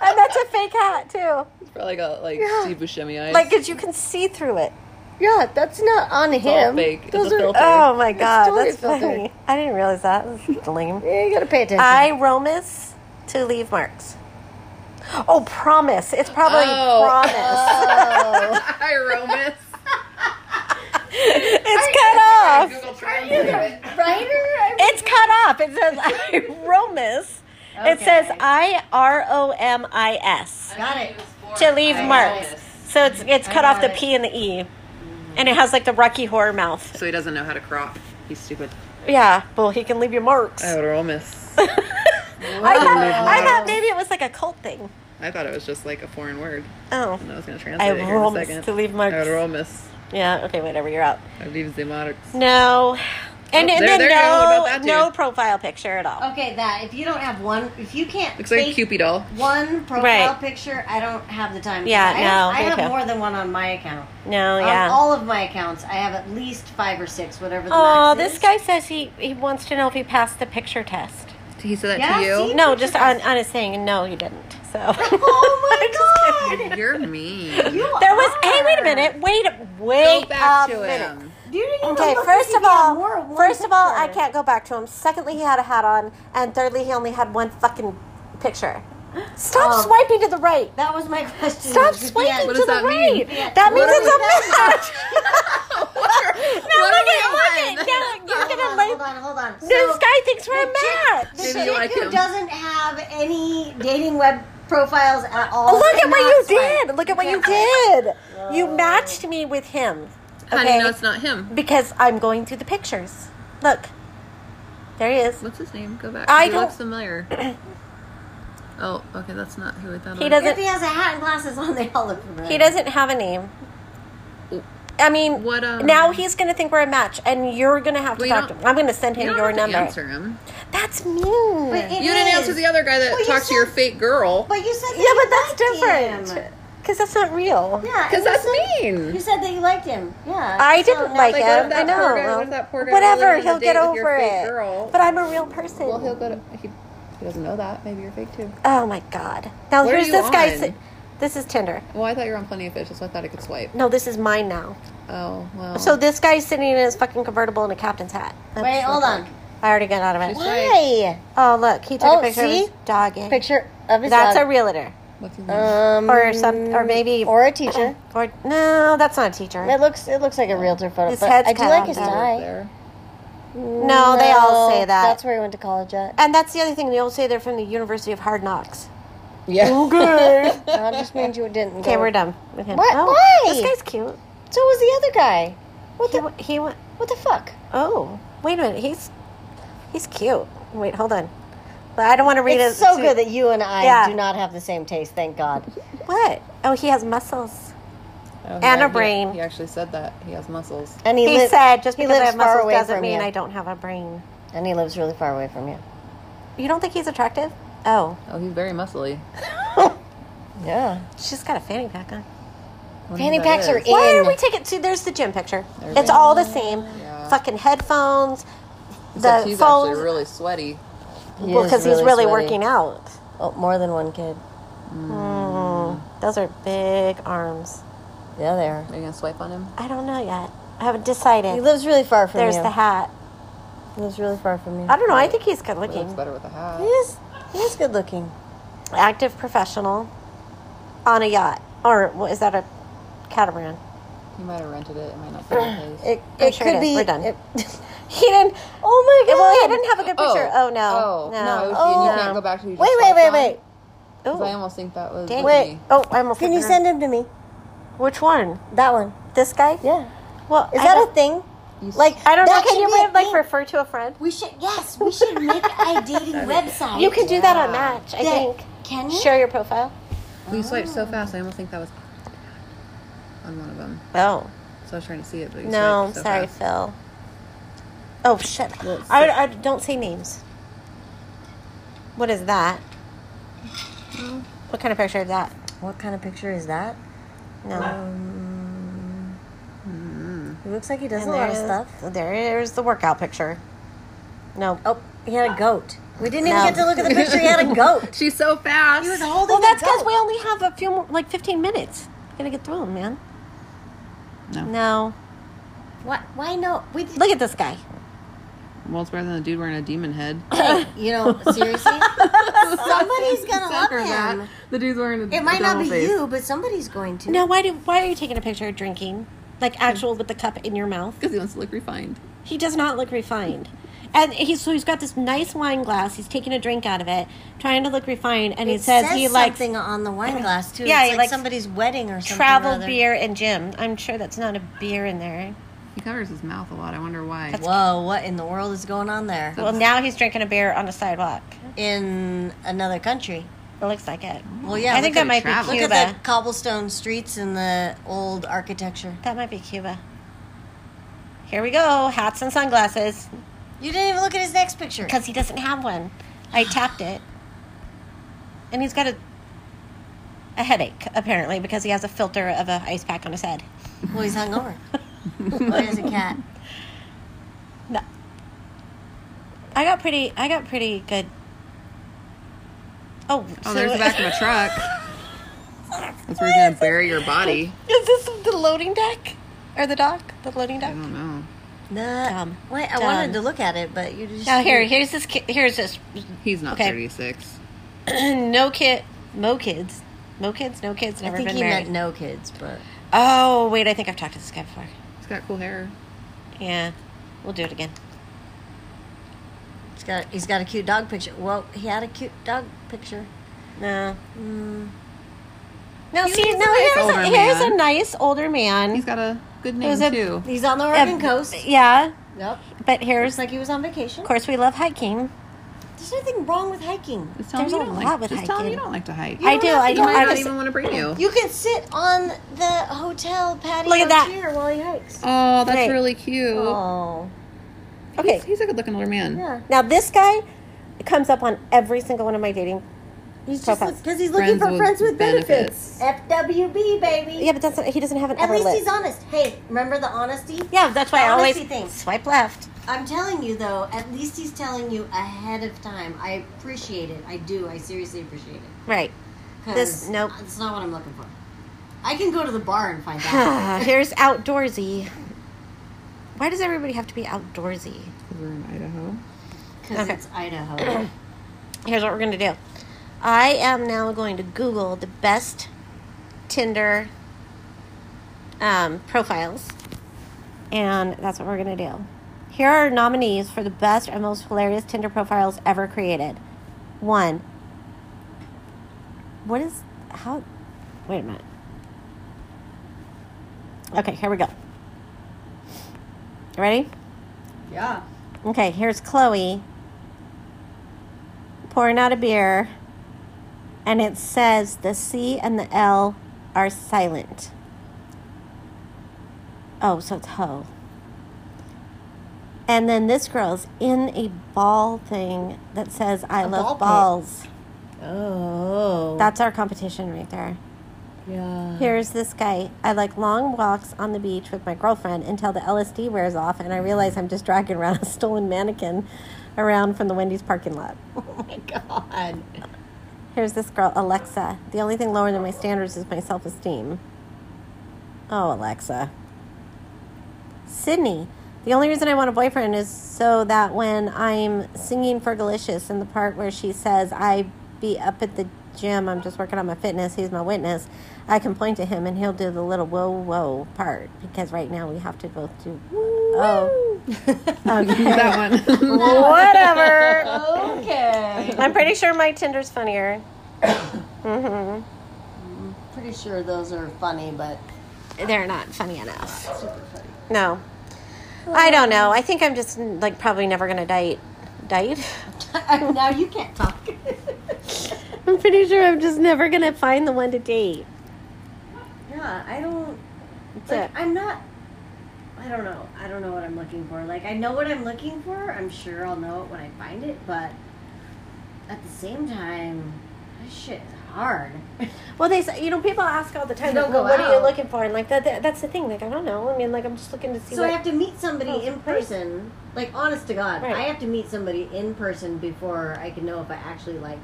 *laughs* and that's a fake hat too. Probably got like Steve Buscemi eyes. Like, *laughs* cause you can see through it. Yeah, that's not on all him. fake. It's Those a are. filter. Oh my god, totally that's filtered. funny. I didn't realize that. That's *laughs* lame. Yeah, you gotta pay attention. I romus to leave marks. Oh, promise. It's probably Oh. promise. *laughs* Hi, Romus. it's cut off. Google Translate. writer. It's cut off. It says *laughs* I romus. It says I R O M I S Got it. to leave I marks. noticed. So it's it's cut got off the it. P and the E, and it has like the Rocky Horror mouth. So he doesn't know how to crop. He's *laughs* stupid. Yeah, well he can leave your marks. *laughs* Oh, Romus. I thought I thought maybe it was like a cult thing. I thought it was just like a foreign word. Oh. And I was going to I translate it here in a promise second. to leave marks. I Romus. Yeah, okay, whatever, you're out. I leave the marks. No. And, Oh, and there- then there you go. What about no, that no dude? profile picture at all. Okay, that if you don't have one, if you can't Looks like a fake Cupid doll. one profile Right. picture, I don't have the time. Yeah, I have, no, I me have too. more than one on my account. No, yeah. On um, all of my accounts, I have at least five or six, whatever. The oh, max this is. guy says he, he wants to know if he passed the picture test. He said that Yeah, to you? see? No, picture just on, on his thing, and no, he didn't. So. *laughs* Oh my *laughs* I'm just kidding. god! *laughs* You're mean. You There was. Hey, are. wait a minute. Wait, a- Go wait back a to minute. him. Do you even Okay, look first like of you have all, more than one first of all, I picture? can't go back to him. Secondly, he had a hat on, and thirdly, he only had one fucking picture. Stop Um, swiping to the right. That was my *laughs* question. Stop Is if he swiping had- What to does the that mean? right. That means What it's are a we match. *laughs* no, look at *laughs* what are look we at on? now you're Hold gonna on, like hold on, hold on. this So, guy thinks we're a the match. The Maybe chick you like who him. doesn't have any dating web profiles at all. Look at what cannot you swipe. did. Look at what you can't did. You matched me with him. How do Okay, you know it's not him? because I'm going through the pictures. Look, there he is. What's his name? Go back. I he don't- *coughs* looks familiar. oh, okay, that's not who I thought He it was. doesn't. If he has a hat and glasses on, they all look familiar. He doesn't have a name. I mean, What, um, now he's going to think we're a match, and you're going to have to Well, you talk to don't- him. I'm going to send You him don't your have to number. answer him. That's mean. It you didn't is. answer the other guy that Well, you talked to your said- fake girl. But you said that yeah, you but that's liked different. him. Because that's not real. Yeah, and Because you that's said- mean. You said that you liked him. Yeah. I so didn't now- like Like, him. what if that I know. poor guy- what if well, that poor guy really Whatever, was on a he'll date get with your over fake it. girl? But I'm a real person. Well, he'll go to. He, he doesn't know that. Maybe you're fake too. oh my god. Now What are here's you this guy's. on? This is Tinder. Well, I thought you were on Plenty of Fish, so I thought I could swipe. No, this is mine now. Oh well. So this guy's sitting in his fucking convertible in a captain's hat. That's Wait, hold what- on. I already got out of it. She's- Why? Oh look, he took Oh, a picture see? of his dog. eh? Picture of his That's a dog. realtor What's his name? uh, um, or some or maybe or a teacher. or no, that's not a teacher. It looks it looks like a realtor photo. His but head's I do cut like off his there. tie. there. No, they all say that. That's where he went to college at. and that's the other thing they all say they're from the University of Hard Knocks. Yeah. Okay. No, I just means you *laughs* didn't. okay, go. we're done with him. What? Oh, Why? This guy's cute. So was the other guy. What he, the wa- he went. what the fuck? Oh, wait a minute. He's he's cute. Wait, hold on. But I don't want to read It's it. so to- good that you and I Yeah. do not have the same taste. Thank God. What? Oh, he has muscles. Oh, And a brain. He, actually said that he has muscles. And He, he, li- said just he because I lives have far muscles away doesn't from mean you. I don't have a brain. and he lives really far away from you. You don't think he's attractive? Oh, Oh, he's very muscly. Yeah. she's got a fanny pack on. Wonder Fanny who packs that are is. in. Why are we taking? See, there's the gym picture. There it's we all the same. Yeah. Fucking headphones. Except The he's phones. actually really sweaty. He well, is because he's really sweaty. working out. Oh, more than one kid. Mm, those are big arms. Yeah, they are. Are you gonna swipe on him? I don't know yet. I haven't He decided. lives really far from There's you. the hat. He lives really far from you. I don't know. I think he's good He looks looking. better with a hat. He is. He is good looking. Active professional on a yacht. Or what, is that a catamaran? He might have rented it. It might not be his. It, I'm it sure could it is. be. We're done. it- *laughs* He didn't. oh my god. Well, he didn't have a good picture. Oh, no. Oh no. no! it was- Oh. and you can't go back to who you Wait, just wait, wait, swiped on? wait. Oh. 'Cause I Ooh, almost think that was. dang. Wait. Oh, I almost. Can hit you the send him to me? ground. Which one? That one. This guy? Yeah. Well, Is I that don't- a thing? You Like I don't know. that Can should you be a re- like thing? refer to a friend? We should yes, we should *laughs* make a dating website. You can do that on Match, I Yeah. think. Can you? Share your profile. You swiped *gasps* so fast. I almost think that was on one of them. Oh So I was trying to see it, but you no! I'm swiped so sorry, fast. Phil. Oh shit! Well, it's I, six- I don't say names. What is that? What kind of picture is that? What kind of picture is that? No. Um, He looks like he does And a lot of there's- stuff. There's the workout picture. No. Oh, he had a goat. We didn't No. even get to look at the picture. He had *laughs* a goat. *laughs* She's so fast. holding Well, that's because we only have a few, more, like 15 minutes. Gotta get through them, man. No. No. What? Why no? We Look at this guy. Well, it's better than the dude wearing a *coughs* demon head. hey, you know *laughs* seriously, somebody's gonna Except love for him. that, The dude's wearing a It might not devil be face. you, but somebody's going to. No, why do why are you taking a picture of drinking? Like actual with the cup in your mouth. Because he wants to look refined. He does not look refined. And he's so he's got this nice wine glass. He's taking a drink out of it, trying to look refined, and he It says, he likes something on the wine glass too. Yeah, it's he like likes somebody's wedding or something. or travel other. beer and gym. I'm sure that's not a beer in there. He covers his mouth a lot. I wonder why. Whoa, what in the world is going on there? Well, now he's drinking a beer on the sidewalk. In another country. It looks like it. Well, yeah. I think look that at might the travel. be Look Cuba. at the cobblestone streets and the old architecture. That might be Cuba. Here we go. Hats and sunglasses. You didn't even look at his next picture. Because he doesn't have one. I tapped it. And he's got a a headache, apparently, because he has a filter of a ice pack on his head. Well, *laughs* he's hungover. oh, there's a cat. No. I got pretty I got pretty good Oh, Oh, there's the back of a truck. That's where he's gonna bury your body. *laughs* Is this the loading deck? Or the dock? The loading dock? I don't know. Nah, Dumb. Wait, I Dumb. wanted to look at it, but you just. Now here, here's this ki- here's this *clears throat* He's not Okay. 36. no kid mo kids. Mo kids, no kids, I never think been he married. meant no kids, but Oh wait, I think I've talked to this guy before. He's got cool hair. Yeah, we'll do it again. he's got he's got a cute dog picture. Well, he had a cute dog picture. Mm. No. No, He's see, a no, nice here's, older a, here's a man. nice older man. He's got a good name was a- too. He's on the Oregon Uh, coast. Yeah, Yep. but Looks here's, like he was on vacation. of course, we love hiking. There's nothing wrong with hiking. Just tell 'em There's you a don't lot like. with Just hiking. tell 'em you don't like to hike. I do. I He don't. might I not just- even want to bring you. You can sit on the hotel patio Look at that. chair while he hikes. Oh, that's Great. really cute. Oh. Okay. He's, he's a good-looking older man. Yeah. Now this guy comes up on every single one of my dating. He's So just fast. because he's looking Friends for with friends with benefits. benefits. FWB baby. Yeah, but that's not, he doesn't have an At ever least lit. he's honest. Hey, remember the honesty? yeah, that's why I always Honesty thing. swipe left. I'm telling you though, at least he's telling you ahead of time. I appreciate it. I do. I seriously appreciate it. Right. 'Cause This- nope. That's not what I'm looking for. I can go to the bar and find *sighs* out. Here's outdoorsy. Why does everybody have to be outdoorsy? 'Cause We're in Idaho. Because Okay. it's Idaho. *clears throat* Here's what we're gonna do. I am now going to Google the best Tinder um, profiles, and that's what we're gonna do. Here are nominees for the best and most hilarious Tinder profiles ever created. One. What is how? Wait a minute. Okay, here we go. Ready? Yeah. Okay, here's Chloe pouring out a beer, and it says the C and the L are silent. Oh, so it's ho. And then this girl's in a ball thing that says "I A ball love pit. balls." oh. That's our competition right there. Uh-huh. yeah. Here's this guy. I like long walks on the beach with my girlfriend until the LSD wears off and I realize I'm just dragging around a stolen mannequin around from the Wendy's parking lot. *laughs* Oh my god. Here's this girl, Alexa. The only thing lower than my standards is my self esteem. Oh, Alexa. Sydney. The only reason I want a boyfriend is so that when I'm singing Fergalicious in the part where she says, I be up at the gym, I'm just working on my fitness, he's my witness, I can point to him and he'll do the little whoa, whoa part because right now we have to both do whoa. Oh. *laughs* Okay. *laughs* *laughs* that *laughs* one. Whatever. Okay. I'm pretty sure my Tinder's funnier. hmm Pretty sure those are funny, but *laughs* They're not funny enough. Super funny. No. I don't know. I think I'm just like probably never gonna date. Date? now you can't talk. *laughs* *laughs* I'm pretty sure I'm just never gonna find the one to date. yeah, I don't. That's it. Like, I'm not. I don't know. I don't know what I'm looking for. Like I know what I'm looking for. I'm sure I'll know it when I find it. But at the same time, this shit's hard. *laughs* Well, they say you know people ask all the time. You Like, don't well, go what are you out. looking for? And like that, that- that's the thing. Like I don't know. I mean, like I'm just looking to see. So I what, have to meet somebody Oh, in right. person. Like honest to God, Right. I have to meet somebody in person before I can know if I actually like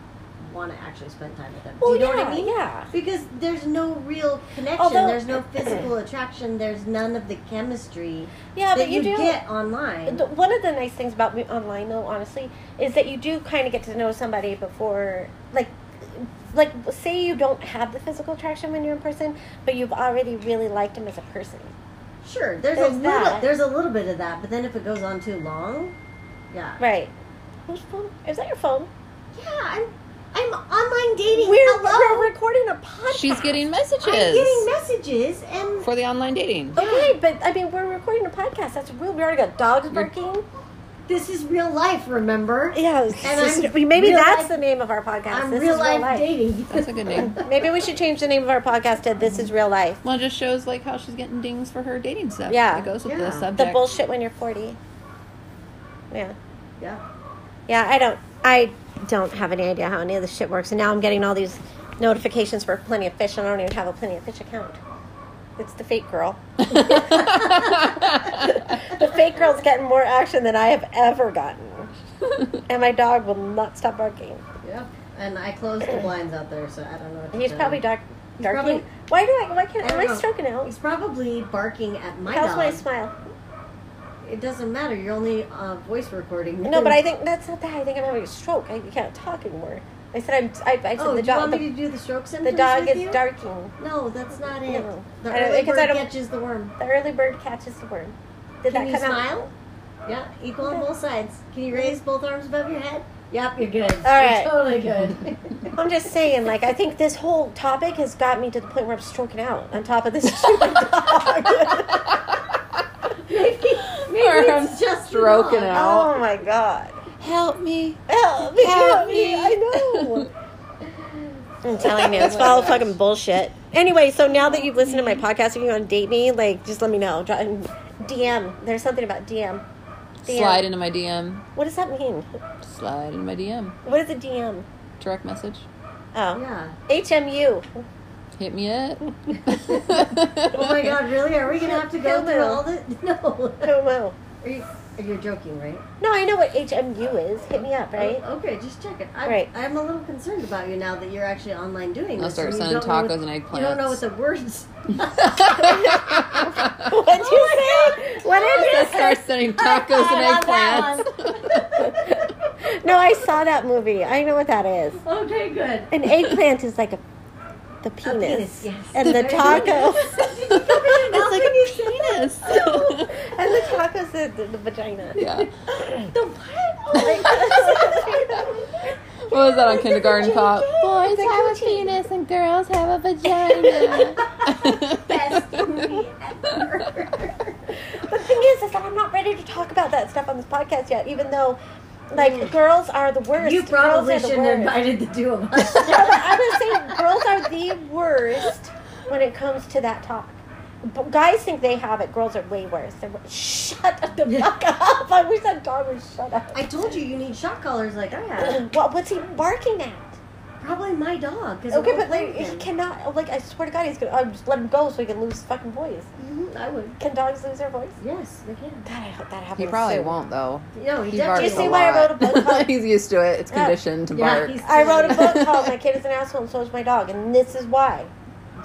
want to actually spend time with them. well, Do you know yeah, what I mean? yeah. Because there's no real connection. Although- there's *clears throat* no physical attraction. There's none of the chemistry Yeah, that but you, do. get online. the- One of the nice things about me online, though, honestly, is that you do kind of get to know somebody before, like, like say you don't have the physical attraction when you're in person, but you've already really liked them as a person. Sure, there's, There's a little that. there's a little bit of that, but then if it goes on too long, yeah, Right. Whose phone? Is that your phone? yeah, I'm I'm online dating. We're, Hello, we're recording a podcast. She's getting messages I'm getting messages and for the online dating. Okay, but I mean, we're recording a podcast. That's real. We already got dogs barking. this is real life. Remember, Yeah. And this I'm is- maybe real that's life- the name of our podcast. I'm this real, is life, real life. dating. That's a good name. Maybe we should change the name of our podcast to This Is Real Life. Well, it just shows like how she's getting dings for her dating stuff. Yeah. it goes with Yeah. the The The subject. bullshit when you're 40. Yeah. yeah, Yeah, I don't. I don't have any idea how any of this shit works, and now I'm getting all these notifications for Plenty of Fish, and I don't even have a Plenty of Fish account. It's the fake *laughs* girl. *laughs* The fake girl's getting more action than I have ever *laughs* gotten. And my dog will not stop barking. yeah. And I closed the blinds out there, so I don't know. What to He's tell probably you. dark, He's darking. probably- why do I? Why can't? Am I don't I know. stroking out? He's probably barking at my How's dog. my smile? It doesn't matter. You're only uh, voice recording. No, but I think that's not that. I think I'm having a stroke. I can't talk anymore. I said I'm. I, I said Oh, the do you dog. want me The, to do the stroke the symptoms dog with is you? darking. No, that's not it. No. The I don't- early because I bird don't- catches the worm. The early bird catches the worm. Did Can that you come smile? Yeah, equal on both sides. Can you raise both arms above your head? Yep, you're good. All right. You're *laughs* totally good. out? I'm just saying. Like I think this whole topic has got me to the point where I'm stroking out. On top of this *laughs* stupid dog. maybe maybe Or I'm it's just Oh, stroking the dog. out. oh my god. Help me. Help me, help me, I know. I'm telling you, it's all fucking bullshit. Anyway, so now that you've listened to my podcast, if you want to date me, like, just let me know. Dri- DM. There's something about DM. DM. Slide into my DM. What does that mean? Slide into my DM. What is a DM? Direct message. Oh, Yeah. *laughs* HMU. Hit me up. *laughs* *laughs* Oh my god, really? Are we gonna have to go through all the *laughs* No. I don't know. Are you you're joking, right? No, I know what HMU is. Hit me up, right? Oh, okay, just check it. I'm, Right. I'm a little concerned about you now that you're actually online doing I'll this. start and you sending don't know what- tacos and eggplants. You don't know what the words. *laughs* What'd you say? What did you I'll say? start sending tacos and I *laughs* eggplants. No, I saw that movie. I know what that is. okay, good. An eggplant is like a the penis, penis, yes. and the Very *laughs* taco. it's like a penis. *laughs* and the tacos is the, the vagina. *laughs* *laughs* yeah. The what? Oh my Like- What was that on Kindergarten Cop? Boys It's a have a coochie. penis and girls have a vagina. Best movie ever. the thing is, is that I'm not ready to talk about that stuff on this podcast yet, even though. Like girls are the worst. You probably Girls are the shouldn't have worst. invited the *laughs* two of us. No, but I'm gonna say girls are the worst when it comes to that talk. But guys think they have it. Girls are way worse. They're, wa- shut the fuck up. I wish that dog would shut up. I told you you need shot collars like I have. What, what's he barking at? Probably my dog. 'cause it Okay, but like, won't play he with him. cannot. Like, I swear to God, he's gonna. I'll just let him go so he can lose his fucking voice. Mhm, I would. Can dogs lose their voice? Yes, they can. God, I hope that happens. he probably soon. won't though. No, he He definitely. barks Do you see a why I wrote lot. a *laughs* book called- he's used to it. It's Yeah. conditioned to yeah, bark. he's I wrote a *laughs* book called "My Kid Is an Asshole and So Is My Dog," and this is why.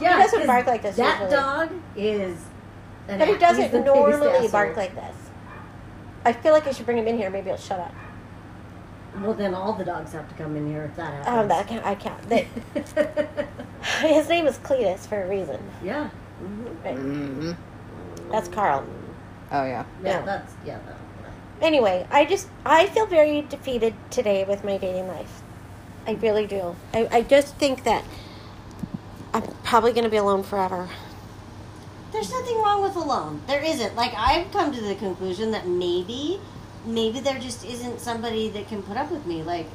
Yeah, He doesn't 'cause bark like this That usually. dog is. But An he ass- he's the doesn't biggest normally asshole. bark like this. I feel like I should bring him in here. Maybe he'll shut up. Well, then all the dogs have to come in here if that Oh, happens. that can't, I can't. *laughs* That, his name is Cletus for a reason. yeah. Right. Mhm. That's Carl. Oh yeah. Yeah, No. that's yeah. That, Anyway, I just I feel very defeated today with my dating life. I really do. I, I just think that I'm probably going to be alone forever. There's nothing wrong with alone. There isn't. Like I've come to the conclusion that maybe, maybe there just isn't somebody that can put up with me. Like,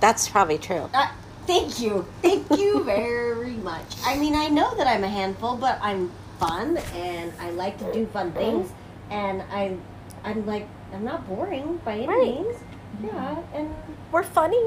That's probably true. uh, thank you, thank *laughs* you very much. I mean, I know that I'm a handful, but I'm fun and I like to do Mm-hmm. fun things, and I'm, I'm like, I'm not boring by any Right. Mm-hmm. means. Yeah, and We're funny.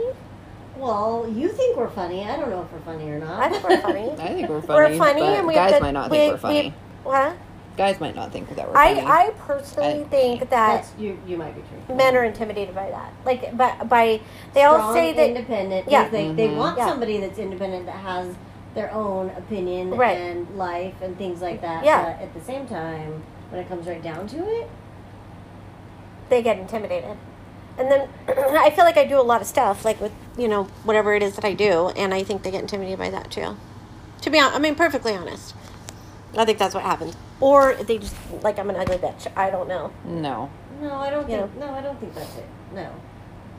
well, you think we're funny. I don't know if we're funny or not. I think we're funny. I think *laughs* we're funny. we're funny, but and we have guys good- might not we- think we're funny. we- Huh? guys might not think that we're funny. I I personally I- think that *laughs* That's you. You might be true. men are intimidated by that. Like, but by they all strong, say that independent. Yeah. Yeah, they, they Mhm. want Yeah. somebody that's independent that has their own opinion Right. and life and things like that. Yeah. But at the same time, when it comes right down to it, they get intimidated. And then *clears throat* I feel like I do a lot of stuff, like with, you know, whatever it is that I do, and I think they get intimidated by that too. To be honest, I mean, perfectly honest. I think that's what happens. Or they just, like, I'm an ugly bitch. I don't know. no. no, I don't Yeah. think. No, I don't think that's it. No.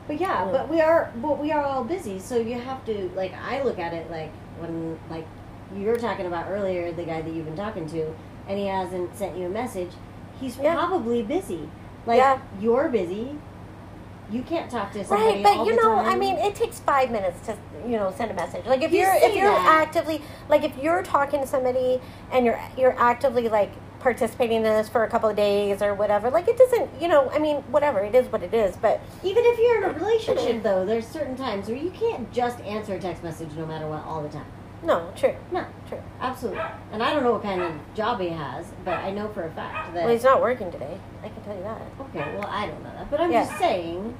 But yeah, Yeah. but we are, but we are all busy. So you have to like. I look at it like when like you were talking about earlier, the guy that you've been talking to, and he hasn't sent you a message. He's Yeah. probably busy. Like Yeah. you're busy. You can't talk to somebody Right, but all you the know, I time. mean, it takes five minutes to, you know, send a message. Like if You you are if say you're that. actively, like if you're talking to somebody and you're you're actively like participating in this for a couple of days or whatever, like it doesn't, you know, I mean, whatever, it is what it is. But Even if you're in a relationship, though, there's certain times where you can't just answer a text message no matter what all the time. no, true, No, true. absolutely. And I don't know what kind of job he has, but I know for a fact that. Well, he's not working today. I can tell you that. okay, well, I don't know that, but I'm Yeah. just saying.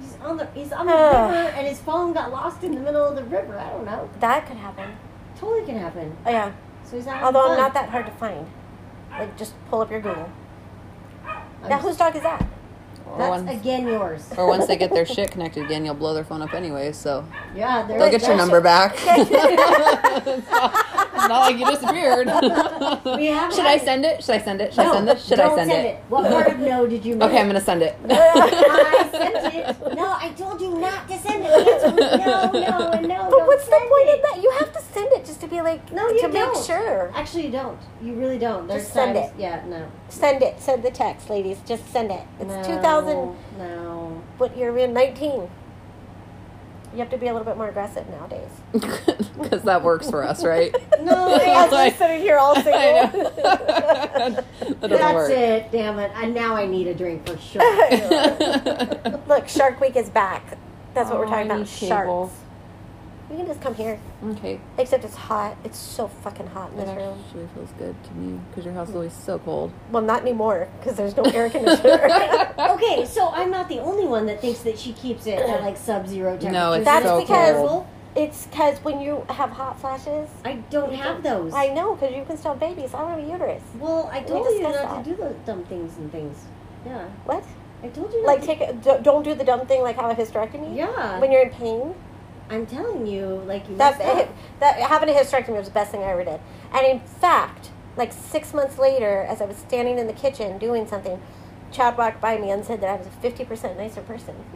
He's on the he's on the Ugh. river and his phone got lost in the middle of the river. I don't know. That could happen. Totally can happen. Oh, yeah. So he's out. Although I'm not that hard to find. Like, just pull up your Google. Now, whose dog is that? Or That's once, again yours. or once they get their shit connected again, you'll blow their phone up anyway. So Yeah, there they'll is get that. your number back. it's, not, *laughs* it's not like you disappeared. We have Should I had- send it? Should I send it? Should No, I send it? Should don't I send, send it? What part of no did you make? *laughs* okay, I'm gonna send it. *laughs* I sent it. No, I told you not to send it. The answer was no, no, and no. *laughs* But don't what's the send point it. of that? You have to send it just to be be like No, to you make don't. sure. Actually, you don't. You really don't. There's Just send times- it. Yeah, no. Send it. Send the text, ladies. Just send it. It's No, 2000. No. What you're in 19. You have to be a little bit more aggressive nowadays. *laughs* Because that works for us, right? *laughs* *laughs* No, I That's was just sitting here all I single. know. *laughs* that doesn't That's work. it. Damn it. I, now I need a drink *laughs* for sure. Look, Shark Week is back. That's what we're Oh, I talking about. need Sharks. cable. You can just come here. *laughs* okay. Except it's hot. It's so fucking hot in That this room. actually feels good to me because your house is always so cold. Well, not anymore because there's no *laughs* air *laughs* conditioner. okay, so I'm not the only one that thinks that she keeps it at like sub-zero temperature. No, it's That's so because- cold. it's because when you have hot flashes, I don't have those. I know because you can still have babies. I don't have a uterus. well, I told you not discussed that. to do those dumb things and things. Yeah, What? I told you. Not Like to- take a, d- don't do the dumb thing like have a hysterectomy. Yeah, When you're in pain, I'm telling you, like you. that, messed up. that having a hysterectomy was the best thing I ever did. And in fact, like six months later, as I was standing in the kitchen doing something, Chad walked by me and said that I was a fifty percent nicer person. *laughs*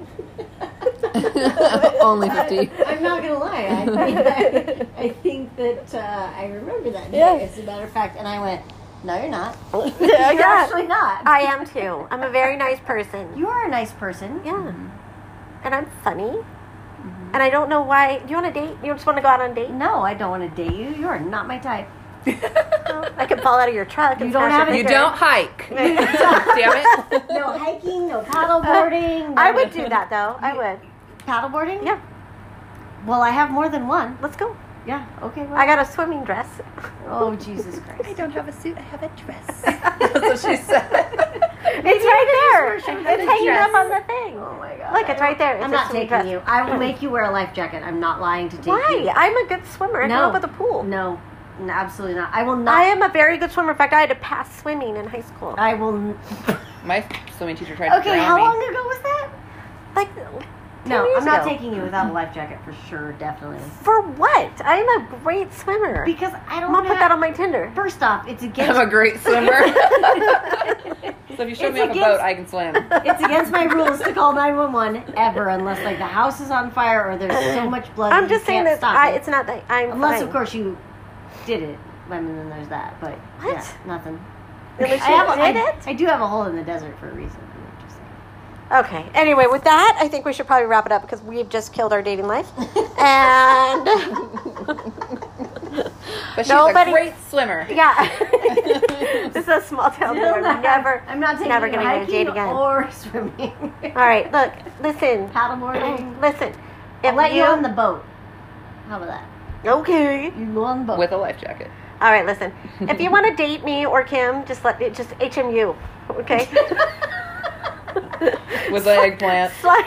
*laughs* Only 50. I'm not gonna *laughs* lie. I think, I, I think that uh, I remember that. day, Yeah. As a matter of fact, and I went, "No, you're not. Yeah, you're actually not. *laughs* I am too. I'm a very nice person. you are a nice person. Yeah. Mm-hmm. And I'm funny. Mm-hmm. And I don't know why. Do you want to date? You just want to go out on a date? No, I don't want to date you. You are not *laughs* my type. I could fall out of your truck. And You don't smash have your it. You finger. *laughs* don't hike. Damn it. No hiking. No paddleboarding. I would do that though. I would. paddleboarding. Yeah. Well, I have more than one. Let's go. Yeah. Okay. Well. I got a swimming *laughs* dress. oh Jesus Christ. don't have a suit. I have a *laughs* dress. That's what *laughs* she said. It's right She there. had a It's hanging dress. up on the thing. Oh my God. Look, it's right there. It's I'm a not swimming taking dress. you. I *clears throat* will make you wear a life jacket. I'm not lying to take you. Why? I'm a good swimmer. I grew No. up with a pool. No, no, absolutely not. I will not. Uh, I am a very good swimmer. In fact, I had to pass swimming in high school. I will. n- My swimming teacher tried to Okay, drown how me. long ago was that? Like, No, years I'm not ago. taking you without a life jacket for sure, definitely. for what? I am a great swimmer. Because I I'm don't gonna want put that on my *laughs* Tinder. First off, it's against. I'm a *laughs* great swimmer. so if you show It's me off a against- boat, I can swim. *laughs* it's against *laughs* my rules to call 911 ever unless like the house is on fire or there's *clears throat* so much blood. I'm that you just saying can't that stop I, it. it's not that I'm unless fine. of course you did it. I mean, then there's that, but What? yeah, nothing. Unless I, you have, a- did I- it? I do have a hole in the desert for a reason. I'm just saying. Okay. Anyway, with that, I think we should probably wrap it up because we've just killed our dating life. And *laughs* But she's Nobody- a great swimmer. yeah, *laughs* this is a small town. Still We're not- never. I'm not taking never you gonna get a hiking date again. or *laughs* swimming. All right. Look. Listen. Paddleboarding. Listen. If I'll let you on the boat. How about that? okay. You go on the boat. With a life jacket. All right. Listen. If you want to date me or Kim, just let me. Just HMU. *laughs* Okay. With an eggplant. slide.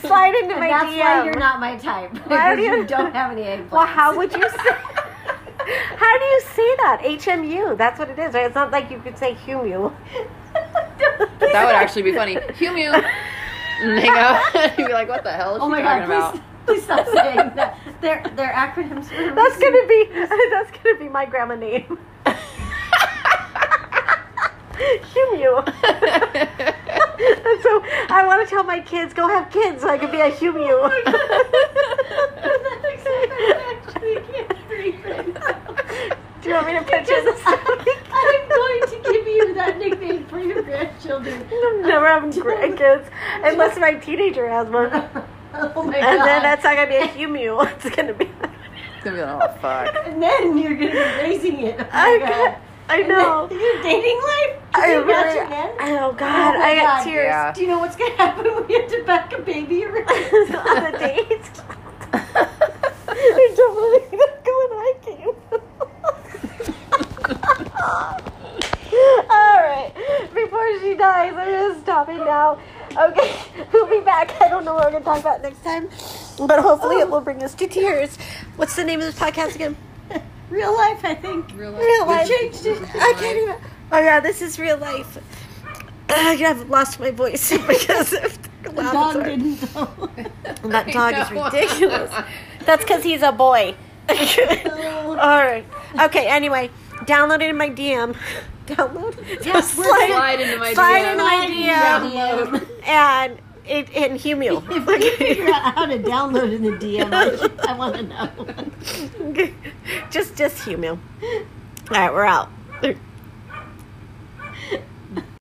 Slide into and my that's DM. why you're not my type. *laughs* Why because do you- you don't have any eggplants. Well, how would you say? How do you say that? HMU. That's what it is, right? It's not like you could say humu. That would actually be funny. Hugh Mew. And hang out. *laughs* You'd be like, what the hell is Oh she my talking god! about? Please, please stop saying that. They're they're acronyms for *laughs* a That's reason. gonna be *laughs* that's gonna be my grandma name. humu. and *laughs* so I want to tell my kids go have kids so I can be a humu. Oh *laughs* *laughs* do you want me to picture this? I'm going to give you that nickname for your grandchildren. *laughs* Oh I'm never *laughs* having grandkids unless my teenager has one. oh And my god! Oh then that's not gonna be a humu. *laughs* It's gonna be. It's gonna be like, oh fuck. And then you're gonna be raising it. Oh my I god. got- I *laughs* know. Your dating life? Can I you really. imagine that? Oh God, Oh my I got God. tears Yeah. Do you know what's gonna happen when you have to back a baby *laughs* *laughs* around? on the date. You're definitely *laughs* not going hiking. *laughs* All right, before she dies, I'm just stopping now. Okay, *laughs* we'll be back. I don't know what we're gonna talk about next time, but hopefully it will bring us to tears. What's the name of this podcast again? Real life, I think. Real life. Real life. Changed it. I can't even. Oh yeah, this is real life. Uh, yeah, I've lost my voice *laughs* because of the loud Dog sorry. didn't know. *laughs* That dog is I know. ridiculous. That's because he's a boy. *laughs* All right. Okay. Anyway, download it in my DM. *laughs* Download. Yes. Slide into my Slide DM. into my DM. And it, and Humil. If we figure out how to download in the DM, I, I want to know. *laughs* just just Humil. All right, we're out.